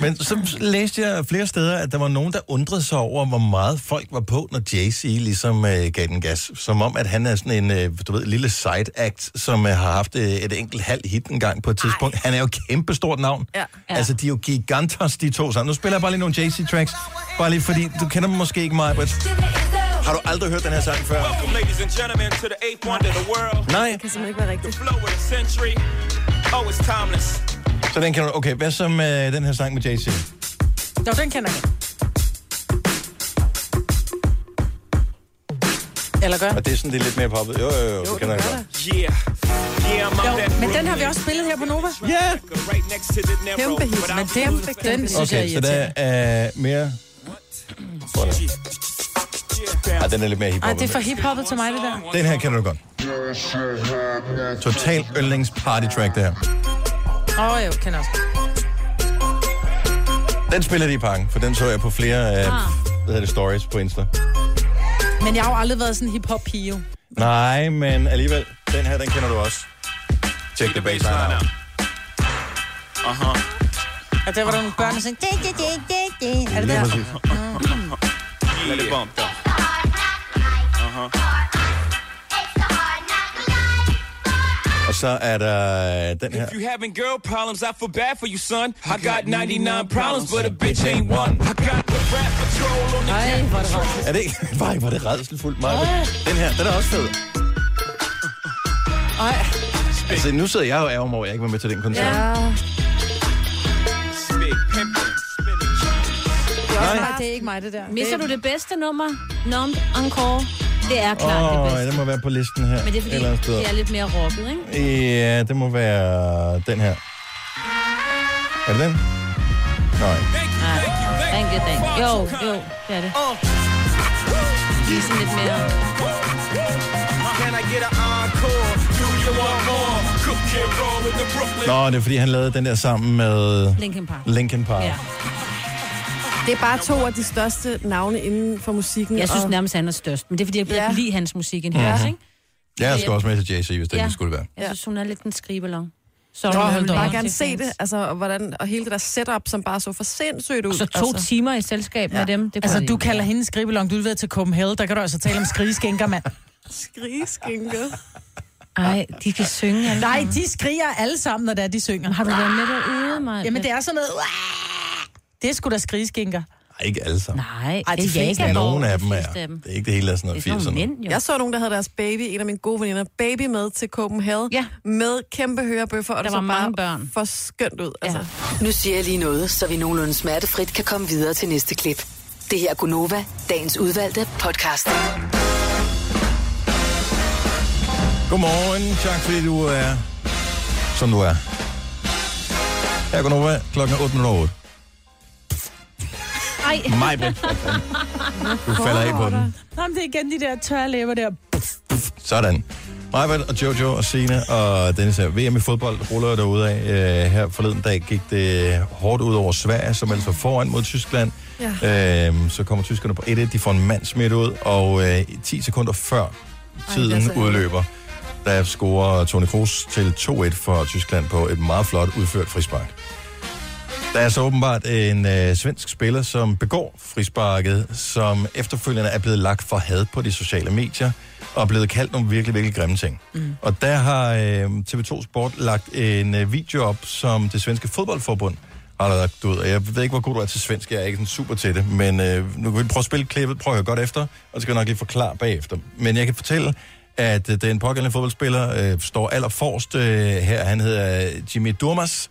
Men så læste jeg flere steder, at der var nogen, der undrede sig over, hvor meget folk var på, når Jay-Z ligesom øh, gav den gas. Som om, at han er sådan en, øh, du ved, lille side act, som øh, har haft øh, et enkelt halvt hit en gang på et tidspunkt. Ej. Han er jo et kæmpestort navn.
Ja.
Altså, de er jo gigantos, de to sammen. Nu spiller jeg bare lige nogle Jay-Z-tracks, bare lige fordi, du kender dem måske ikke mig, but... Har du aldrig hørt den her sang før?
Welcome, ladies and gentlemen, to the eighth wonder of the world.
Nej.
Det kan simpelthen ikke være rigtigt.
The flow of the century. Oh, it's timeless.
Så den kender du. Okay, hvad som øh, den her sang med Jay-Z?
Nå, den kender jeg. Eller gør?
Og det er sådan, det er lidt mere poppet. Jo, jo, jo, jo det kender jeg godt.
Yeah. Yeah, I'm
Jo,
out that
men den har vi også spillet her på Nova.
Ja!
right next to the narrow.
Kæmpe hit,
but
men
I'm
den,
feeling
den synes jeg er
Okay, så der
irriterende.
er mere... Sådan. Ej, den er lidt mere
Ej,
hiphop.
det er for hiphoppet til mig, det der.
Den her kender du godt. Total yndlingsparty track, det her.
Åh, oh, jo, kender også.
Den spiller de i parken, for den så jeg på flere af ah. det, stories på Insta.
Men jeg har jo aldrig været sådan en hiphop-pige. jo.
Nej, men alligevel, den her, den kender du også. Check the baseline out.
Uh-huh.
Og der var der nogle børn, der sagde, det, det, det, det, det. Er det
Lige
der?
præcis.
Let it bump, though. Uh-huh.
Og så er der øh, den her.
If you having girl problems, I feel bad for you, son. I got 99 problems, but a bitch ain't one. I got the rap patrol on the
Ej, hvor er det rart.
Er det ikke? Var, var det redselfuldt, Maja? Den her, den er også fed.
Ej,
Altså, nu sidder jeg jo ærger mig over, at jeg ikke var med til den koncert. Ja.
spit, pimpin',
det er, også
Nej.
mig, det er ikke mig, det der.
Misser du det bedste nummer? Nom Encore. Det er klart oh, det
Åh, oh,
bedste.
den må være på listen her.
Men det er fordi,
Eller et sted.
det er lidt mere rocket, ikke?
Ja, det må være den her. Er det den? Nej.
Thank you, thank you. Jo, jo, det er det. Lige sådan lidt mere.
Can I get an encore? Do you want more? Cook and roll with the Brooklyn.
Nå, det er fordi, han lavede den der sammen med
Linkin Park.
Linkin Park.
Ja.
det er bare to af de største navne inden for musikken.
Jeg synes
og...
nærmest, han er størst. Men det er, fordi jeg bedre
Ja.
kan lide hans musik end hendes, ikke?
Mhm. Jeg skal også med til Jay-Z, hvis det
Ja.
ja. skulle være.
Jeg synes, hun er lidt en skribelong. Så
Nå, jeg vil bare gerne se det, altså, og, hvordan, og hele det der setup, som bare så for sindssygt ud.
Så to
altså.
timer i selskab med dem, det kunne
Altså,
jeg
du
lide.
kalder hende skribelong. Du er ved til Copenhagen. Der kan du altså tale om skrigeskænker, mand.
Skrigeskinke.
Ej, de kan synge. alle
Nej,
sammen.
de skriger alle sammen, når det er, de synger.
Har du været med derude, mig?
Jamen, det er sådan noget... Det er sgu da skrigeskinker.
Ej, ikke alle sammen.
Nej,
Ej, det
det
er ikke
er
alle.
Nogle af
De
dem er.
fleste af dem.
Det er ikke det hele af sådan noget 80'erne.
Jeg så nogen, der havde deres baby, en af mine gode veninder, baby med til Copenhagen, ja. med kæmpe hørebøffer, og
Der
det
var
så
mange
bare børn. for skønt ud. Altså. Ja.
Nu siger jeg lige noget, så vi nogenlunde smertefrit kan komme videre til næste klip. Det her er Gunova, dagens udvalgte podcast.
Godmorgen. Tak fordi du er, som du er. Her går Nova klokken 8.08.
Ej.
Mig, Britt. Du falder af på den.
Nå, men det er igen de der tørre læber der.
Sådan. Majbert og Jojo og Sine og Dennis her. VM i fodbold ruller derude af. Øh, her forleden dag gik det hårdt ud over Sverige, som altså foran mod Tyskland. Ja. Øh, så kommer tyskerne på 1-1. De får en mand smidt ud, og øh, 10 sekunder før tiden udløber, der scorer Toni Kroos til 2-1 for Tyskland på et meget flot udført frispark. Der er så åbenbart en øh, svensk spiller, som begår frisparket, som efterfølgende er blevet lagt for had på de sociale medier, og er blevet kaldt nogle virkelig, virkelig grimme ting. Mm. Og der har øh, TV2 Sport lagt en øh, video op, som det svenske fodboldforbund har lagt ud. Og jeg ved ikke, hvor god du er til svensk, jeg er ikke sådan super til det, men øh, nu kan vi prøve at spille klippet, prøv at høre godt efter, og så skal jeg nok lige forklare bagefter. Men jeg kan fortælle, at øh, den pågældende fodboldspiller øh, står allerforrest øh, her. Han hedder øh, Jimmy Durmas.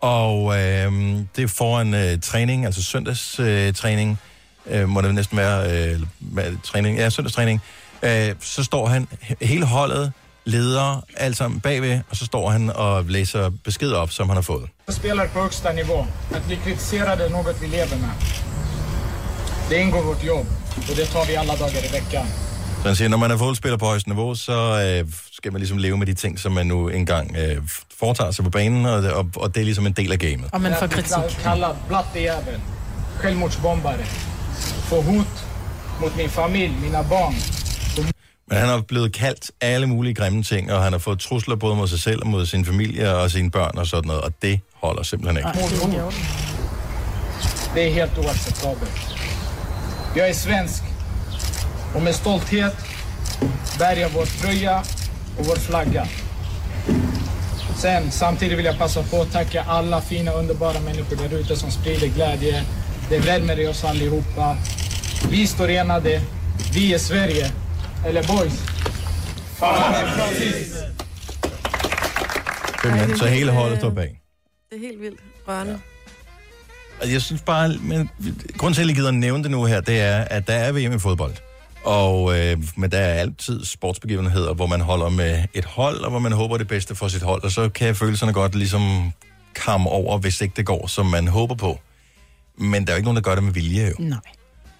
Og øh, det er foran øh, træning, altså søndagstræning, øh, træning, øh, må det næsten være, øh, hvad er det, træning, ja, søndagstræning. Øh, så står han, he- hele holdet, ledere, alt sammen bagved, og så står han och läser besked op, som han har fået.
spelar på högsta nivå. Att bli kritiserad är något vi lever med. Det ingår i vårt jobb och det tar vi alla dagar i veckan.
Så han siger, når man er fodboldspiller på højeste niveau, så øh, skal man ligesom leve med de ting, som man nu engang øh, foretager sig på banen, och og, og det er ligesom en del af gamet.
Om man
Men
får
att bli
kritik.
kallad blattejävel, självmordsbombare, få hot mot min familj, mina barn.
Men han er blevet kaldt alle mulige grimme ting, og han har fået trusler både mod sig selv og mod sin familie og sine børn og sådan noget, og det holder simpelthen ikke.
Mordhot. Det är helt oacceptabelt. Jag är svensk och med stolthet bär jag vår tröja och vår flagga. Sen, samtidigt vill jag passa på att tacka alla fina, underbara människor där ute som sprider glädje. Det värmer i oss allihopa. Vi står enade. Vi är Sverige. Eller boys? Fan är precis!
Simpelthen. Så hele holdet står bag.
Det er helt vildt rørende. Ja.
Altså, jeg synes bare, men grunden til, at jeg gider nævne det nu her, det er, at der er VM i fodbold. Og, øh, men der er altid sportsbegivenheder, hvor man holder med et hold, og hvor man håber det bedste for sit hold. Og så kan følelserne godt ligesom komme over, hvis ikke det går, som man håber på. Men der er jo ikke nogen, der gør det med vilje, jo.
Nej.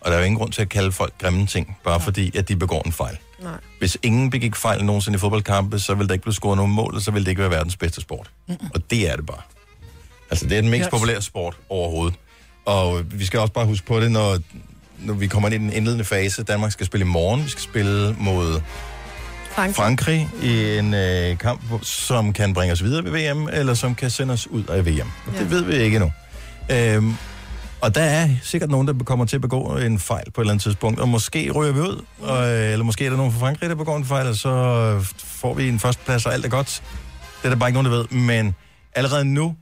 Og der er jo ingen grund til at kalde folk grimme ting, bare fordi, at de begår en fejl.
Nej.
Hvis ingen begik fejl nogensinde i fodboldkampe, så ville der ikke blive scoret nogen mål, og så ville det ikke være verdens bedste sport. Og det er det bare. Altså, det er den mest
Yes.
populære sport overhovedet. Og vi skal også bare huske på det, når, når vi kommer ind i den indledende fase. Danmark skal spille i morgen. Vi skal spille mod
Frankrig,
Frankrig i en øh, kamp, hvor- som kan bringe os videre ved VM, eller som kan sende os ud af VM. Ja. Det ved vi ikke endnu. Øhm, og der er sikkert nogen, der kommer til at begå en fejl på et eller andet tidspunkt, og måske rører vi ud, og, øh, eller måske er der nogen fra Frankrig, der begår en fejl, og så øh, får vi en førsteplads, og alt er godt. Det er der bare ikke nogen, der ved. Men allerede nu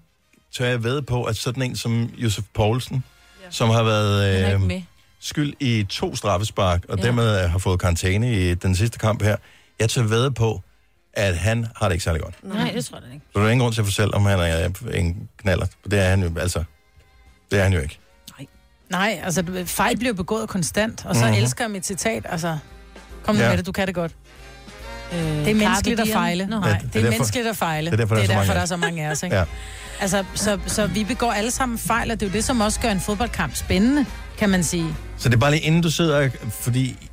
tør jeg ved på, at sådan en som Josef Poulsen, ja. som har været...
Han er
øh,
ikke med.
skyld i to straffespark, og ja. dermed øh, har fået karantæne i den sidste kamp her. Jeg tør ved på, at han har det ikke særlig godt.
Nej, det tror jeg da ikke.
Så der er ingen grund til at fortælle, om han er øh, en knaller. Det er han jo, altså. Det er han jo ikke.
Nej, altså du- fejl bliver begået konstant, og så
Mhm.
mm-hmm. elsker jeg mit citat, altså kom nu
Ja.
med det, du kan det godt. Øh, det er menneskeligt at
diem?
fejle.
Nå,
Nå,
nej.
nej,
Ja,
det
det
er,
er
det er
derfor-
menneskeligt at fejle.
det er derfor, der er så mange af
der er
os.
så mange af os, ikke?
Ja.
Ja. Altså, så, så vi begår alle sammen fejl, og det er jo det, som også gør en fodboldkamp spændende, kan man sige.
Så det er bare lige inden du sidder, fordi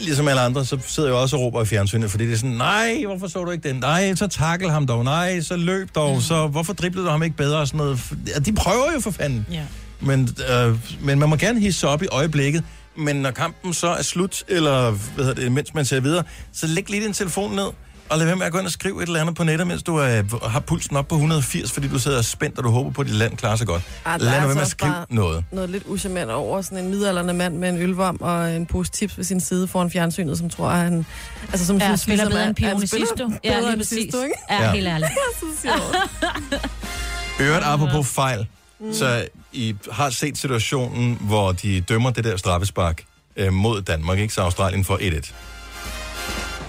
ligesom alle andre, så sidder jeg også og råber i fjernsynet, fordi det er sådan, nej, hvorfor så du ikke den? Nej, så takkel ham dog. Nej, så løb dog. Så hvorfor driblede du ham ikke bedre? Og sådan noget. Ja, De prøver jo for fanden.
Ja.
Men, øh, men man må gerne hisse sig op i øjeblikket, men når kampen så er slut, eller hvad hedder det, mens man ser videre, så læg lige din telefon ned, og lad være med at gå ind og skrive et eller andet på nettet, mens du øh, har pulsen op på 180, fordi du sidder spændt, og du håber på, at dit land klarer sig godt.
Ej, der
lad
er
nu være
altså
med at
også
skrive
bare
noget.
Noget lidt uschamant over sådan en midalderne mand med en ølvom og en pose tips ved sin side foran fjernsynet, som tror, at han... Altså, som
Ja,
synes,
spiller
ligesom,
bedre
at-
end Pione
at han spiller
Sisto. Ja,
bedre
lige
end
præcis.
Sisto, ikke?
Ja,
Ja.
helt ærligt.
Jeg synes, jeg
Øret apropos fejl, så I har set situationen, hvor de dømmer det der straffespark øh, mod Danmark, ikke? Så Australien får 1-1.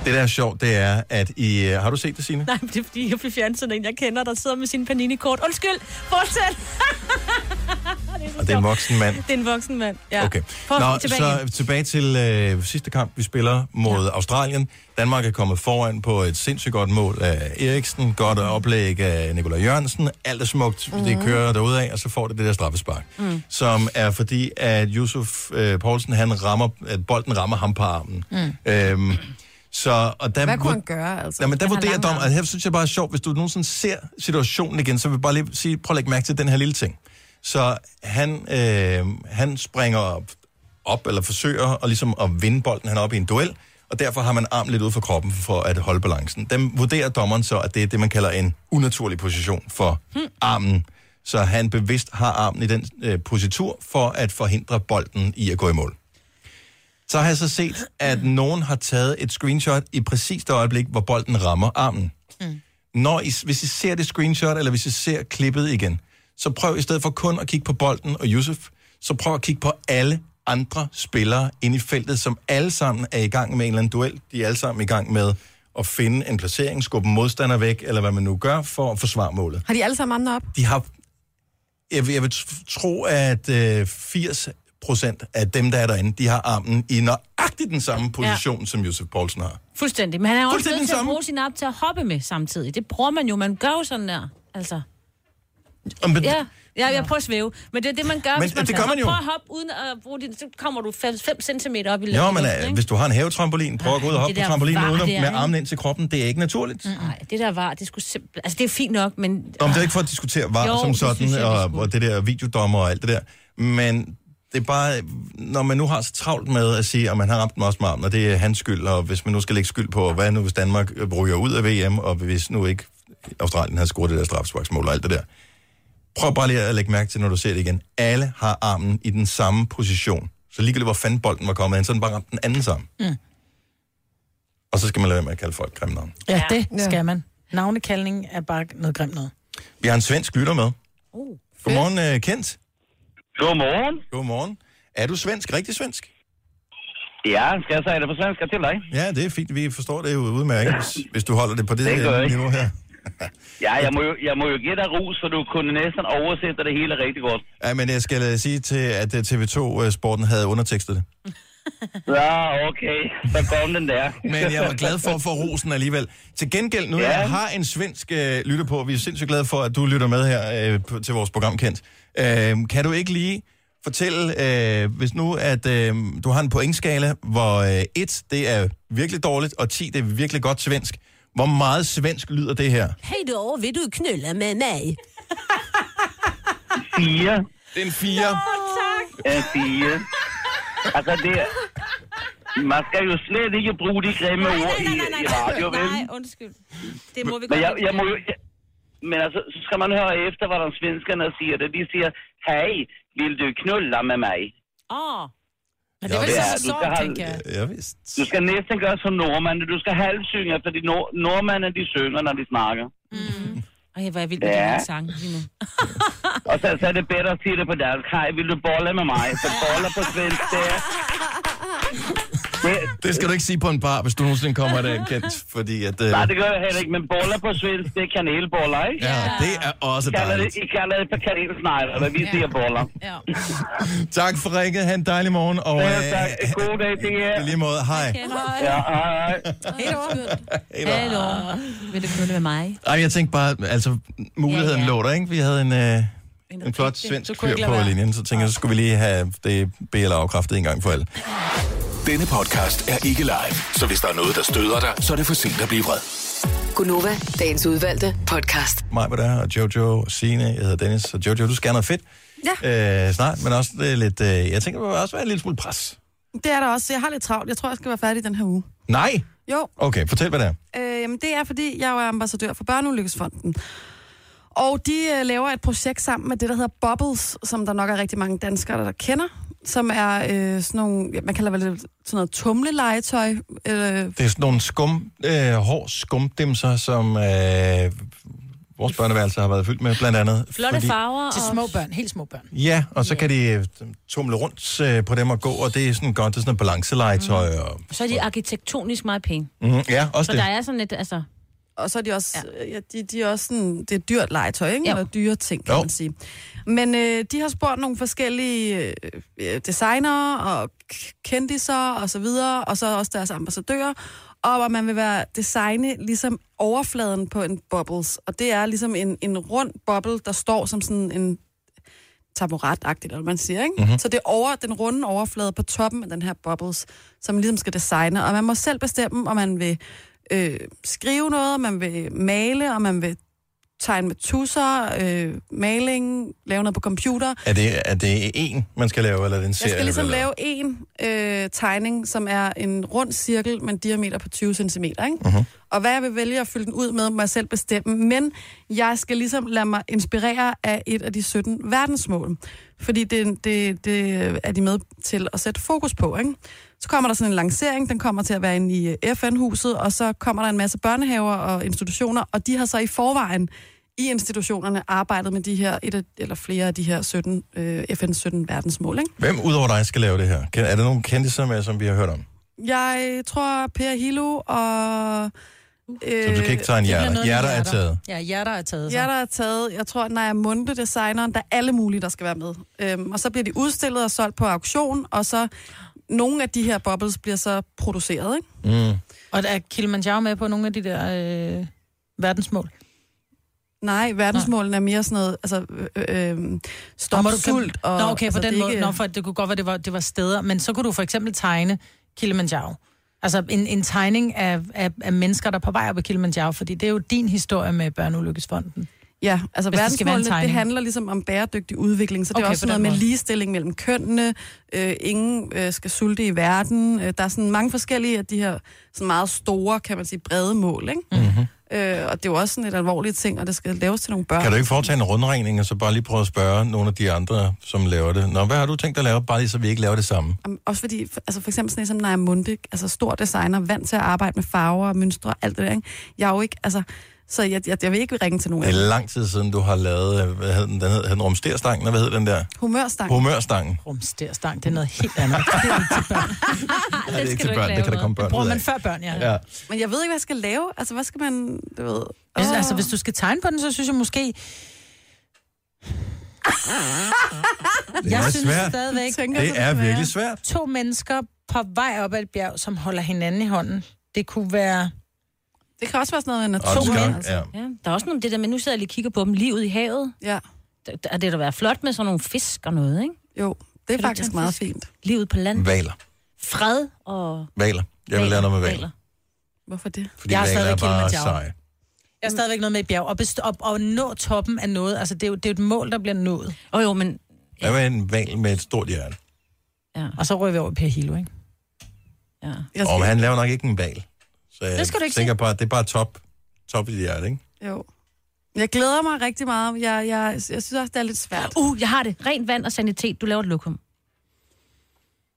Det, der er sjovt, det er, at I... Øh, har du set det, Signe?
Nej, men det er fordi, jeg bliver fjernet sådan en, jeg kender, der sidder med sin panini-kort. Undskyld, fortsæt! det er så
Og det er en
sjovt.
voksen mand.
Det er en voksen mand, ja.
Okay.
Prøv
Nå,
Nå, tilbage så...
så tilbage til øh, sidste kamp, vi spiller mod ja. Australien. Danmark er kommet foran på et sindssygt godt mål af Eriksen. Godt oplæg af Nikolaj Jørgensen. Alt er smukt, mm. det kører derudad, og så får det det der straffespark. Mm. Som er fordi, at Yusuf øh, Poulsen, han rammer, at bolden rammer ham på armen. Mm. Øhm, så, og der,
Hvad kunne han gøre, altså?
Nej, men der
Han har
vurderer
lange
dom,
arme.
og her synes jeg bare er sjovt, hvis du nogensinde ser situationen igen, så vil jeg bare lige sige, prøv at lægge mærke til den her lille ting. Så han, øh, han springer op, op, eller forsøger at, ligesom at vinde bolden, han er oppe i en duel, og derfor har man armen lidt ud for kroppen for at holde balancen. Dem vurderer dommeren så, at det er det, man kalder en unaturlig position for hmm. armen. Så han bevidst har armen i den øh, positur for at forhindre bolden i at gå i mål. Så har jeg så set, at nogen har taget et screenshot i præcis det øjeblik, hvor bolden rammer armen.
Mm.
Når I, hvis I ser det screenshot, eller hvis I ser klippet igen, så prøv i stedet for kun at kigge på bolden og Yusuf, så prøv at kigge på alle andre spillere inde i feltet, som alle sammen er i gang med en eller anden duel. De er alle sammen i gang med at finde en placering, skubbe en modstander væk, eller hvad man nu gør for at forsvare målet.
Har de alle sammen andre op?
De har... Jeg vil, jeg vil tro, at øh, 80 procent af dem, der er derinde, de har armen i nøjagtigt den samme position, ja. som Josef Poulsen har.
Fuldstændig. Men han er jo også
Fuldstændig
nødt til at
samme.
bruge sin app til at hoppe med samtidig. Det bruger man jo. Man gør jo sådan der. Altså.
Men,
Ja, ja, jeg prøver at svæve. Men det er det, man gør,
Men
hvis man
det gør man jo.
prøver at hoppe uden at bruge din... Så kommer du 5 cm op i luften.
Jo, men
ikke?
øh, hvis du har en havetrampolin, prøv at gå ud og
Ej,
hoppe
det
på
der
trampolinen
var
uden at-
der,
med
ikke?
armen ind til kroppen. Det er ikke naturligt.
Nej, det der var, det skulle simpelthen... Altså, det er fint nok, men...
Nå, men det er ikke for at diskutere var
Jo,
jo, som
det
sådan,
synes jeg, vi
og,
skulle.
og det der videodommer og alt det der. Men det er bare, når man nu har så travlt med at sige, at man har ramt den også med armen, og det er hans skyld, og hvis man nu skal lægge skyld på, hvad nu hvis Danmark øh, ryger ud af VM, og hvis nu ikke Australien havde scoret det der strafsparksmål og alt det der. Prøv bare lige at lægge mærke til, når du ser det igen. Alle har armen i den samme position. Så ligegyldigt, hvor fanden bolden var kommet hen, så har den bare ramt den anden sammen.
Mm.
Og så skal man lade være med at kalde folk grimme navne.
Ja, det skal man. Navnekaldning er bare noget grimt noget.
Vi har en svensk lytter med.
Uh,
Godmorgen, øh, Kent.
Godmorgen.
Godmorgen. Er du svensk? Rigtig svensk?
Ja, skal jeg sige det på svenska til dig?
Ja, det er fint. Vi forstår det jo udmærket, hvis, hvis du holder det på det,
Det gør
øh,
jeg.
niveau her.
Ja, jeg må, jo, jeg må jo give dig ros, for du kunne næsten oversætte det hele rigtig godt.
Ja, men jeg skal øh, sige til, at øh, TV2 øh, Sporten havde undertekstet det.
Ja, okay. Så kom den der.
Men jeg var glad for at få rosen alligevel. Til gengæld, nu
Ja.
jeg har en svensk øh, lytter på, og vi er sindssygt glade for, at du lytter med her øh, på- til vores program, Kent. Øh, kan du ikke lige fortælle, øh, hvis nu, at øh, du har en pointskala, hvor øh, 1, det er virkelig dårligt, og 10, det er virkelig godt svensk. Hvor meget svensk lyder det her?
Hej då, vill du knulla med mig?
4.
Det er en 4.
En 4. Altså, det er... Man skal jo slet ikke bruge de grimme ord i, i radio, vel?
Nej, undskyld. Det må vi
Men
godt...
jeg, jeg må jo... Jeg, men altså, så skal man høre efter, hvordan svenskerne siger det. De siger, hej, vil du knulla med mig?
Åh.
Men det er vel Ja, så du sæson, skal have- tænker jeg.
Ja, vist.
Du skal næsten gøre som nordmanden. Du skal halvsynge, fordi nord- nordmanden de synger, når de snakker.
Ej, hvor er jeg vild med ja.
Ja.
den her sang lige nu.
Og så, så er det bedre at sige det på dansk. Hej, vil du bolle med mig? Så boller på svensk, det er...
Det skal du ikke sige på en bar, hvis du nogensinde kommer der, Kent, fordi at... Øh,
Nej, det gør jeg heller ikke, men boller på svensk, det er kanelboller, ikke?
Ja, det er også
I kalder det,
dejligt.
I kalder det for kanelsnegler, eller vi siger boller.
Tak for ringet. Ha' en dejlig morgen. Og, øh,
Ja, tak. God dag til jer.
I lige måde. Hej.
Ja, hej.
Hej.
Hallo. Vil du knulle med mig?
Ej, jeg tænkte bare, altså, muligheden
Ja,
ja,
ja.
ja. lå der, ikke? Vi havde en, øh, en flot
Du
svensk
kunne
fyr
ikke
på
lade være.
linjen, så tænkte jeg, så skulle vi lige have det BL afkræftet en gang for alle.
Denne podcast er ikke live, så hvis der er noget, der støder dig, så er det for sent at blive vred.
Gunova, dagens udvalgte podcast.
Mig var der, og Jojo, og Signe, jeg hedder Dennis, og Jojo, du skal have noget fedt ja. øh, snart, men også det er lidt, øh, jeg tænker, der vil også være en lille smule pres.
Det er der også. Jeg har lidt travlt. Jeg tror, jeg skal være færdig den her uge.
Nej!
Jo,
Okay, fortæl, hvad det er.
Øh, jamen det er, fordi jeg jo er ambassadør for Børneulykkesfonden. Og de øh, laver et projekt sammen med det, der hedder Bubbles, som der nok er rigtig mange danskere, der kender, som er øh, sådan nogle, ja, man kalder vel det sådan noget tumlelegetøj. Øh,
Det er sådan nogle skum, øh, hård skumdimser, som øh, vores børneværelse har været fyldt med, blandt andet. fordi-
Til små børn, helt små børn.
Ja, og så kan de øh, tumle rundt øh, på dem og gå, og det er sådan godt, det er sådan noget balancelegetøj. Og,
Så er de arkitektonisk meget pæne.
mm, ja, også
så
det.
der er sådan lidt, altså...
Og så er de også, øh, ja. Ja, de, de er også sådan, det er dyrt legetøj, ikke? Eller dyre ting, kan
Jo.
man sige. Men øh, de har spurgt nogle forskellige øh, øh, designer og k- kendiser og så videre, og så også deres ambassadører, om at man vil være designe ligesom overfladen på en bubbles. Og det er ligesom en, en rund boble, der står som sådan en taburet-agtigt, eller hvad man siger, ikke?
Mhm.
Mm-hmm. Så det er over, den runde overflade på toppen af den her bubbles, som ligesom skal designe, og man må selv bestemme, om man vil øh, skrive noget, om man vil male, og man vil tegne med tusser, øh, maling, lave noget på computer.
Er det, er det en, man skal lave, eller er det en
Jeg
serie?
skal ligesom
eller?
lave en øh, tegning, som er en rund cirkel med en diameter på 20 cm. Ikke?
Mhm.
Uh-huh. Og hvad jeg vil vælge at fylde den ud med, må jeg selv bestemme. Men jeg skal ligesom lade mig inspirere af et af de 17 verdensmål. Fordi det, det, det er de med til at sætte fokus på. Ikke? Så kommer der sådan en lancering, den kommer til at være inde i øh, FN-huset, og så kommer der en masse børnehaver og institutioner, og de har så i forvejen i institutionerne arbejdet med de her, et af, eller flere af de her 17, øh, FN's 17 verdensmål. Ikke?
Hvem udover dig skal lave det her? Kan- Er der nogen kendte med, som vi har hørt om?
Jeg tror Per Hilo og... Øh,
Så du kan ikke tegne hjerter? Hjerter er taget.
Ja, hjerter er taget.
Hjerter er taget. Jeg tror, Naja Munde, designeren, der er alle mulige, der skal være med. Øhm, og så bliver de udstillet og solgt på auktion, og så nogle af de her bubbles bliver så produceret, ikke?
Mm.
Og der er Kilimanjaro med på nogle af de der øh, verdensmål.
Nej, verdensmålene er mere sådan noget, altså, øh, øh, stop
må
Nå,
du-
sult. Og,
Nå, okay,
altså,
på den
det er
måde. Nå, for det kunne godt være, det var, det var steder. Men så kunne du for eksempel tegne Kilimanjaro. Altså en, en tegning af, af, af mennesker, der er på vej op ad Kilimanjaro, fordi det er jo din historie med Børneulykkesfonden.
Ja, altså
Hvis det skal være en
verdensmålene, det
tegning.
handler ligesom om bæredygtig udvikling, så det
Okay,
er
på
også
den
noget med
måde.
ligestilling mellem kønnene, øh, ingen øh, skal sulte i verden. Øh, der er sådan mange forskellige af de her sådan meget store, kan man sige, brede mål, ikke?
Mm.
Mm-hmm. Øh, og det er jo også sådan et alvorligt ting, og det skal laves til nogle børn.
Kan du ikke foretage en rundringning, og så bare lige prøve at spørge nogle af de andre, som laver det? Nå, hvad har du tænkt at lave, bare lige så vi ikke laver det samme?
Jamen, Også fordi, for- altså for eksempel sådan en som Naja Munde, altså stor designer, vant til at arbejde med farver og mønstre og alt det der, ikke? Jeg er jo ikke, altså, så jeg, jeg, jeg vil ikke ringe til nogen.
Det er lang tid siden, du har lavet, øh, hvad hed den, den hed, hed den rumsterstangen, eller hvad hed den der?
Humørstang.
Humørstangen.
Rumsterstang, det er noget helt andet. Det er ikke til børn.
det er ikke til børn, det kan der komme børn
Det bruger
ud
man
af.
før børn, ja.
Ja.
Men jeg ved ikke, hvad jeg skal lave. Altså, hvad skal man, du ved...
Hvis, altså, hvis du skal tegne på den, så synes jeg måske...
Det er
jeg
meget
synes
svært.
stadigvæk...
Tænker, Det det er skal virkelig være. svært.
To mennesker på vej op ad et bjerg, som holder hinanden i hånden. Det kunne være...
Det kan også være sådan noget med
natur.
mænd, altså. ja. Der er også nogle det der med, nu sidder jeg lige og kigger på dem, livet i havet.
Ja.
Der, der, det der være flot med sådan nogle fisk og noget, ikke?
Jo, det er faktisk meget fint.
Livet på landet.
Valer.
Fred og...
Valer. Jeg vil lære noget med valer.
Hvorfor det?
Fordi jeg valer er bare
Kilimanjaro.
seje.
Jeg er stadigvæk noget med et bjerg. Og, best, og, og nå toppen af noget, altså det er jo, det er jo et mål, der bliver nået.
Åh oh, jo, men...
Hvad med en val med et stort hjerte?
Ja.
Og så rører vi over i Per Hilo, ikke?
Ja.
Skal... Og han laver nok ikke en val. Så jeg
Det skal du ikke
tænker bare, det er bare top, top i dit hjerte, ikke?
Jo. Jeg glæder mig rigtig meget. Jeg, jeg, jeg synes også, det er lidt svært.
Uh, jeg har det. Rent vand og sanitet. Du laver et lokum.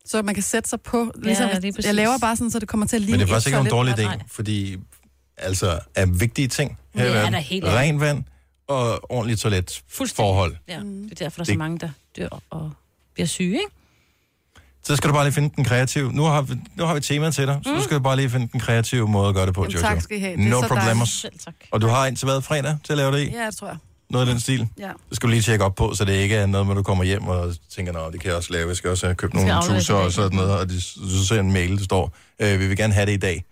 Så man kan sætte sig på. Ligesom,
lige præcis.
jeg laver bare sådan, så det kommer til at ligne
Men det er
et
faktisk ikke nogen dårlig
toilet.
idé, fordi altså er vigtige ting her
Det
i
er
verden.
der helt af.
Ren vand og ordentligt toiletforhold.
Ja, det er derfor, der er så
Det-
mange, der dør og bliver syge, ikke?
Så skal du bare lige finde den kreative. Nu har vi, nu har vi temaet til dig, så nu skal du bare lige finde den kreative måde at gøre det på,
Mm. Jamen,
Jojo.
tak skal I have. Det er
no
så
problemers.
dejligt. Selv tak.
Og du har indtil hvad fredag til at lave det i?
Ja, det tror jeg.
Noget af den stil?
Ja.
Det skal du lige tjekke op på, så det ikke er noget, hvor du kommer hjem og tænker, nå, det kan jeg også lave, jeg skal også have købt
Jeg skal
nogle
aflevere
tusser
det i
og sådan noget, og de, så ser jeg en mail, der står, øh, vi vil gerne have det i dag,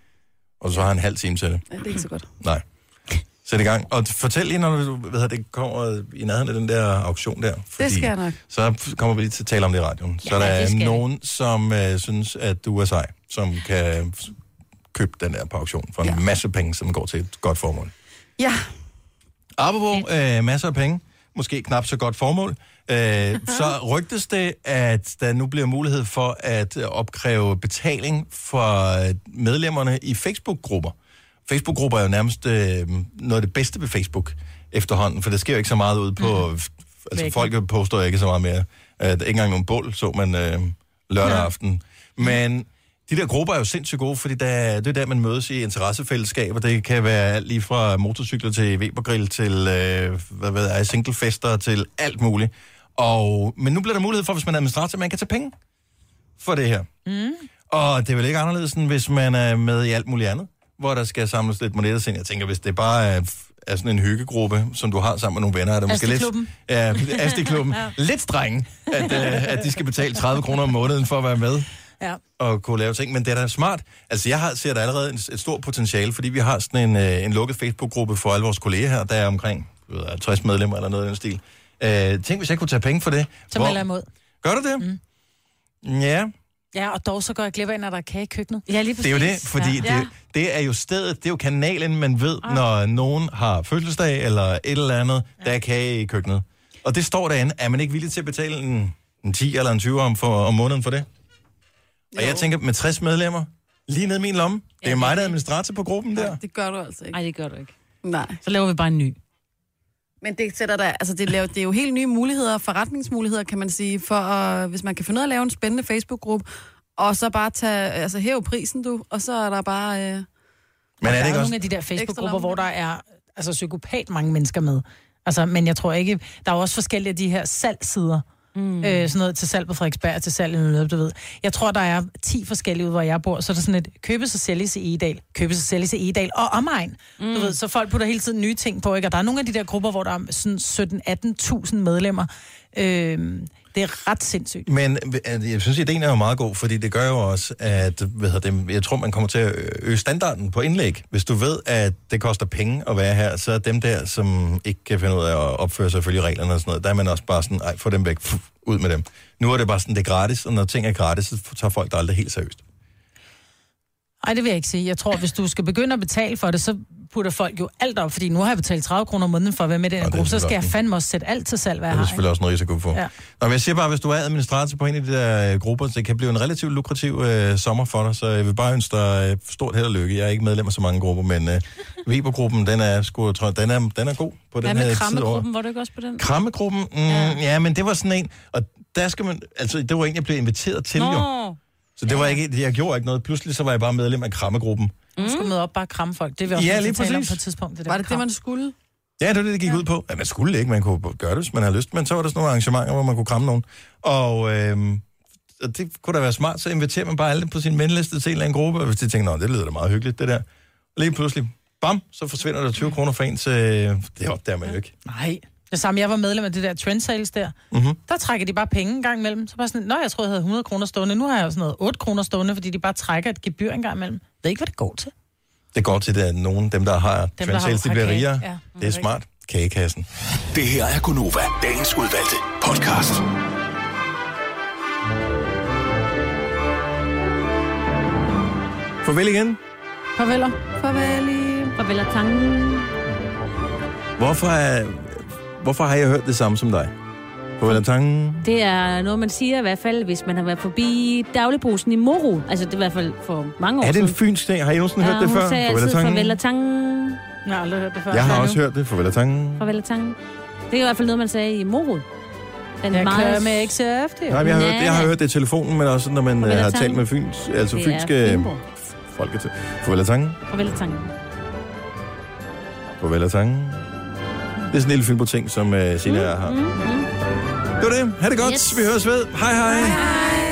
og så har han en halv time til det.
Ja, det er ikke så godt.
Nej. Sæt i gang. Og fortæl lige, når du ved, at det kommer i nærheden af den der auktion der.
Det skal jeg nok.
Så kommer vi lige til at tale om det i radioen. Ja, så der
det
er
skal vi.
nogen, som øh, synes, at du er sej, som kan f- købe den der på auktion for en ja. masse penge, som går til et godt formål.
Ja.
Apropos øh, masser af penge, måske knap så godt formål, øh, så rygtes det, at der nu bliver mulighed for at øh, opkræve betaling for øh, medlemmerne i Facebook-grupper. Facebook-grupper er jo nærmest øh, noget af det bedste ved Facebook efterhånden, for der sker jo ikke så meget ud på... Mm. Altså,
Væggen.
folk poster jo ikke så meget mere. Øh, der er ikke engang nogen bål, så man øh, lørdag aften. Men De der grupper er jo sindssygt gode, fordi der, det er der, man mødes i interessefællesskaber. Det kan være alt lige fra motorcykler til Webergrill til øh, hvad ved jeg, singlefester til alt muligt. Og, men nu bliver der mulighed for, hvis man er administrator, at man kan tage penge for det her.
Mm.
Og det er vel ikke anderledes, end hvis man er med i alt muligt andet, hvor der skal samles lidt monetter ind. Jeg tænker, hvis det bare er, er sådan en hyggegruppe, som du har sammen med nogle venner, er det måske lidt...
Asti-klubben.
Ja, Asti-klubben. ja. Lidt strenge, at, øh, at de skal betale 30 kroner om måneden for at være med
Ja.
og kunne lave ting, men det er da smart. Altså, jeg har, ser der allerede en, et stort potentiale, fordi vi har sådan en, øh, en lukket Facebook-gruppe for alle vores kolleger her, der er omkring jeg ved, 60 medlemmer eller noget i den stil. Øh, tænk, hvis jeg kunne tage penge for det.
Så melder jeg imod.
Gør du det? Mm. Ja,
Ja, og dog så går jeg glip af, når der er kage i køkkenet. Ja, lige
det er jo det, fordi ja. Ah. det, det er jo stedet, det er jo kanalen, man ved, når nogen har fødselsdag eller et eller andet, der er kage i køkkenet. Og det står derinde, er man ikke villig til at betale en, en 10 eller en 20 om, for, om måneden for det? Og jeg tænker, med 60 medlemmer, lige ned i min lomme, det er mig, der er administrator på gruppen der.
Det gør du altså ikke.
Nej, det gør du ikke.
Nej.
Så laver vi bare en ny.
Men det sætter da, altså det, laver, det er jo helt nye muligheder, forretningsmuligheder, kan man sige, for at, hvis man kan finde ud af at lave en spændende Facebook-gruppe, og så bare tage, altså hæve prisen du, og så er der bare... Øh,
Men
er
er
det
det
ikke
er
også-
nogle af de der Facebook-grupper, hvor der er altså, psykopat mange mennesker med. Altså, men jeg tror ikke... Der er jo også forskellige af de her salgsider. Mm. Øh, sådan noget til salg på Frederiksberg, til salg i noget, du ved. Jeg tror, der er 10 forskellige ude, hvor jeg bor. Så er der sådan et købes og sælges i E Egedal, købes og sælges i Egedal og omegn. Mm. Du ved, så folk putter hele tiden nye ting på, ikke? Og der er nogle af de der grupper, hvor der er sådan 17-18.000 medlemmer. Øh, det er ret sindssygt.
Men øh, jeg synes, ideen er jo meget god, fordi det gør jo også, at hvad hedder det, jeg tror, man kommer til at øge standarden på indlæg. Hvis du ved, at det koster penge at være her, så er dem der, som ikke kan finde ud af at opføre sig følge reglerne og sådan noget, der er man også bare sådan, ej, få dem væk, Fuh, ud med dem. Nu er det bare sådan, det er gratis, og når ting er gratis, så tager folk det aldrig helt seriøst.
Nej, det vil jeg ikke sige. Jeg tror, hvis du skal begynde at betale for det, så putter folk jo alt op, fordi nu har jeg betalt 30 kroner om måneden for at være med i den her gruppe, så skal jeg fandme også sætte alt til salg, hvad
Det
jeg
er
har.
selvfølgelig også noget risiko for. Ja.
Ja.
Nå, men jeg siger bare, hvis du er administrator på en af de der øh, grupper, så det kan blive en relativt lukrativ øh, sommer for dig, så jeg vil bare ønske dig øh, stort held og lykke. Jeg er ikke medlem af så mange grupper, men øh, Weber-gruppen, den er, sgu, tror, jeg, den, er, den er god på
Hvad
den her
med
tid over.
krammegruppen? Var du ikke også på den?
Krammegruppen? Mm, ja. ja. men det var sådan en, og der skal man, altså det var en, jeg blev inviteret til Nå. jo.
Nå,
Så det var ikke, jeg gjorde ikke noget. Pludselig så var jeg bare medlem af krammegruppen.
du skulle møde op bare og kramme folk. Det vil jeg også
Ja,
ja, lige
lige
tale om
præcis.
på et tidspunkt. Det der
Mm. var det det,
kram.
man skulle?
Ja, det var det, det gik ja. ud på. Ja, man skulle ikke, man kunne gøre det, hvis man havde lyst, men så var der sådan nogle arrangementer, hvor man kunne kramme nogen. Og, øhm, og det kunne da være smart, så inviterer man bare alle på sin venliste til en eller anden gruppe, og hvis de tænker, "Nå, det lyder da meget hyggeligt, det der. Og lige pludselig, bam, så forsvinder der 20 kroner fra en til... Det opdager man jo ikke.
Nej. Det samme, jeg var medlem af det der trend sales der.
Mm-hmm.
Der trækker de bare penge en gang imellem. Så bare sådan, nå, jeg troede, jeg havde 100 kroner stående. Nu har jeg jo sådan noget 8 kroner stående, fordi de bare trækker et gebyr en gang imellem. Jeg ved ikke, hvad det går til.
Det går til, at nogen, dem der har
der
dem, sales,
har-
de bliver
har kage.
rigere.
Ja,
Ja,
det
det er smart. Kagekassen.
Det her er Gunova, dagens udvalgte podcast.
Farvel igen.
Farveler.
Farvel.
Farvel og tanken.
Hvorfor, er, hvorfor har jeg hørt det samme som dig? På Valentangen?
Det er noget, man siger i hvert fald, hvis man har været forbi dagligbrusen i Moro. Altså, det er i hvert fald for mange år
Er det en
siden.
fynsk ting? Har I nogensinde hørt det før?
hun sagde altid
Valentangen?
farvel og tangen.
Jeg har aldrig hørt det før.
Jeg har også hørt det. Farvel og tangen.
Farvel og tangen. Det er i hvert fald noget, man sagde i Moro. Den
Jeg
meget...
kører med XF, det er jo-
Nej, men jeg har, hørt,
Nej.
jeg har hørt det i telefonen, men også når man øh,
Farvel og
har
tangen.
talt med fyns, altså
Det er
fynske
Fynbo.
folk. er til- Farvel og tangen.
Farvel og tangen.
Farvel og tangen. Det er sådan en lille øh, fynbo ting, som uh, Sina har. Det var det. Ha' det godt.
Yes.
Vi høres ved. Hej hej. hej, hej.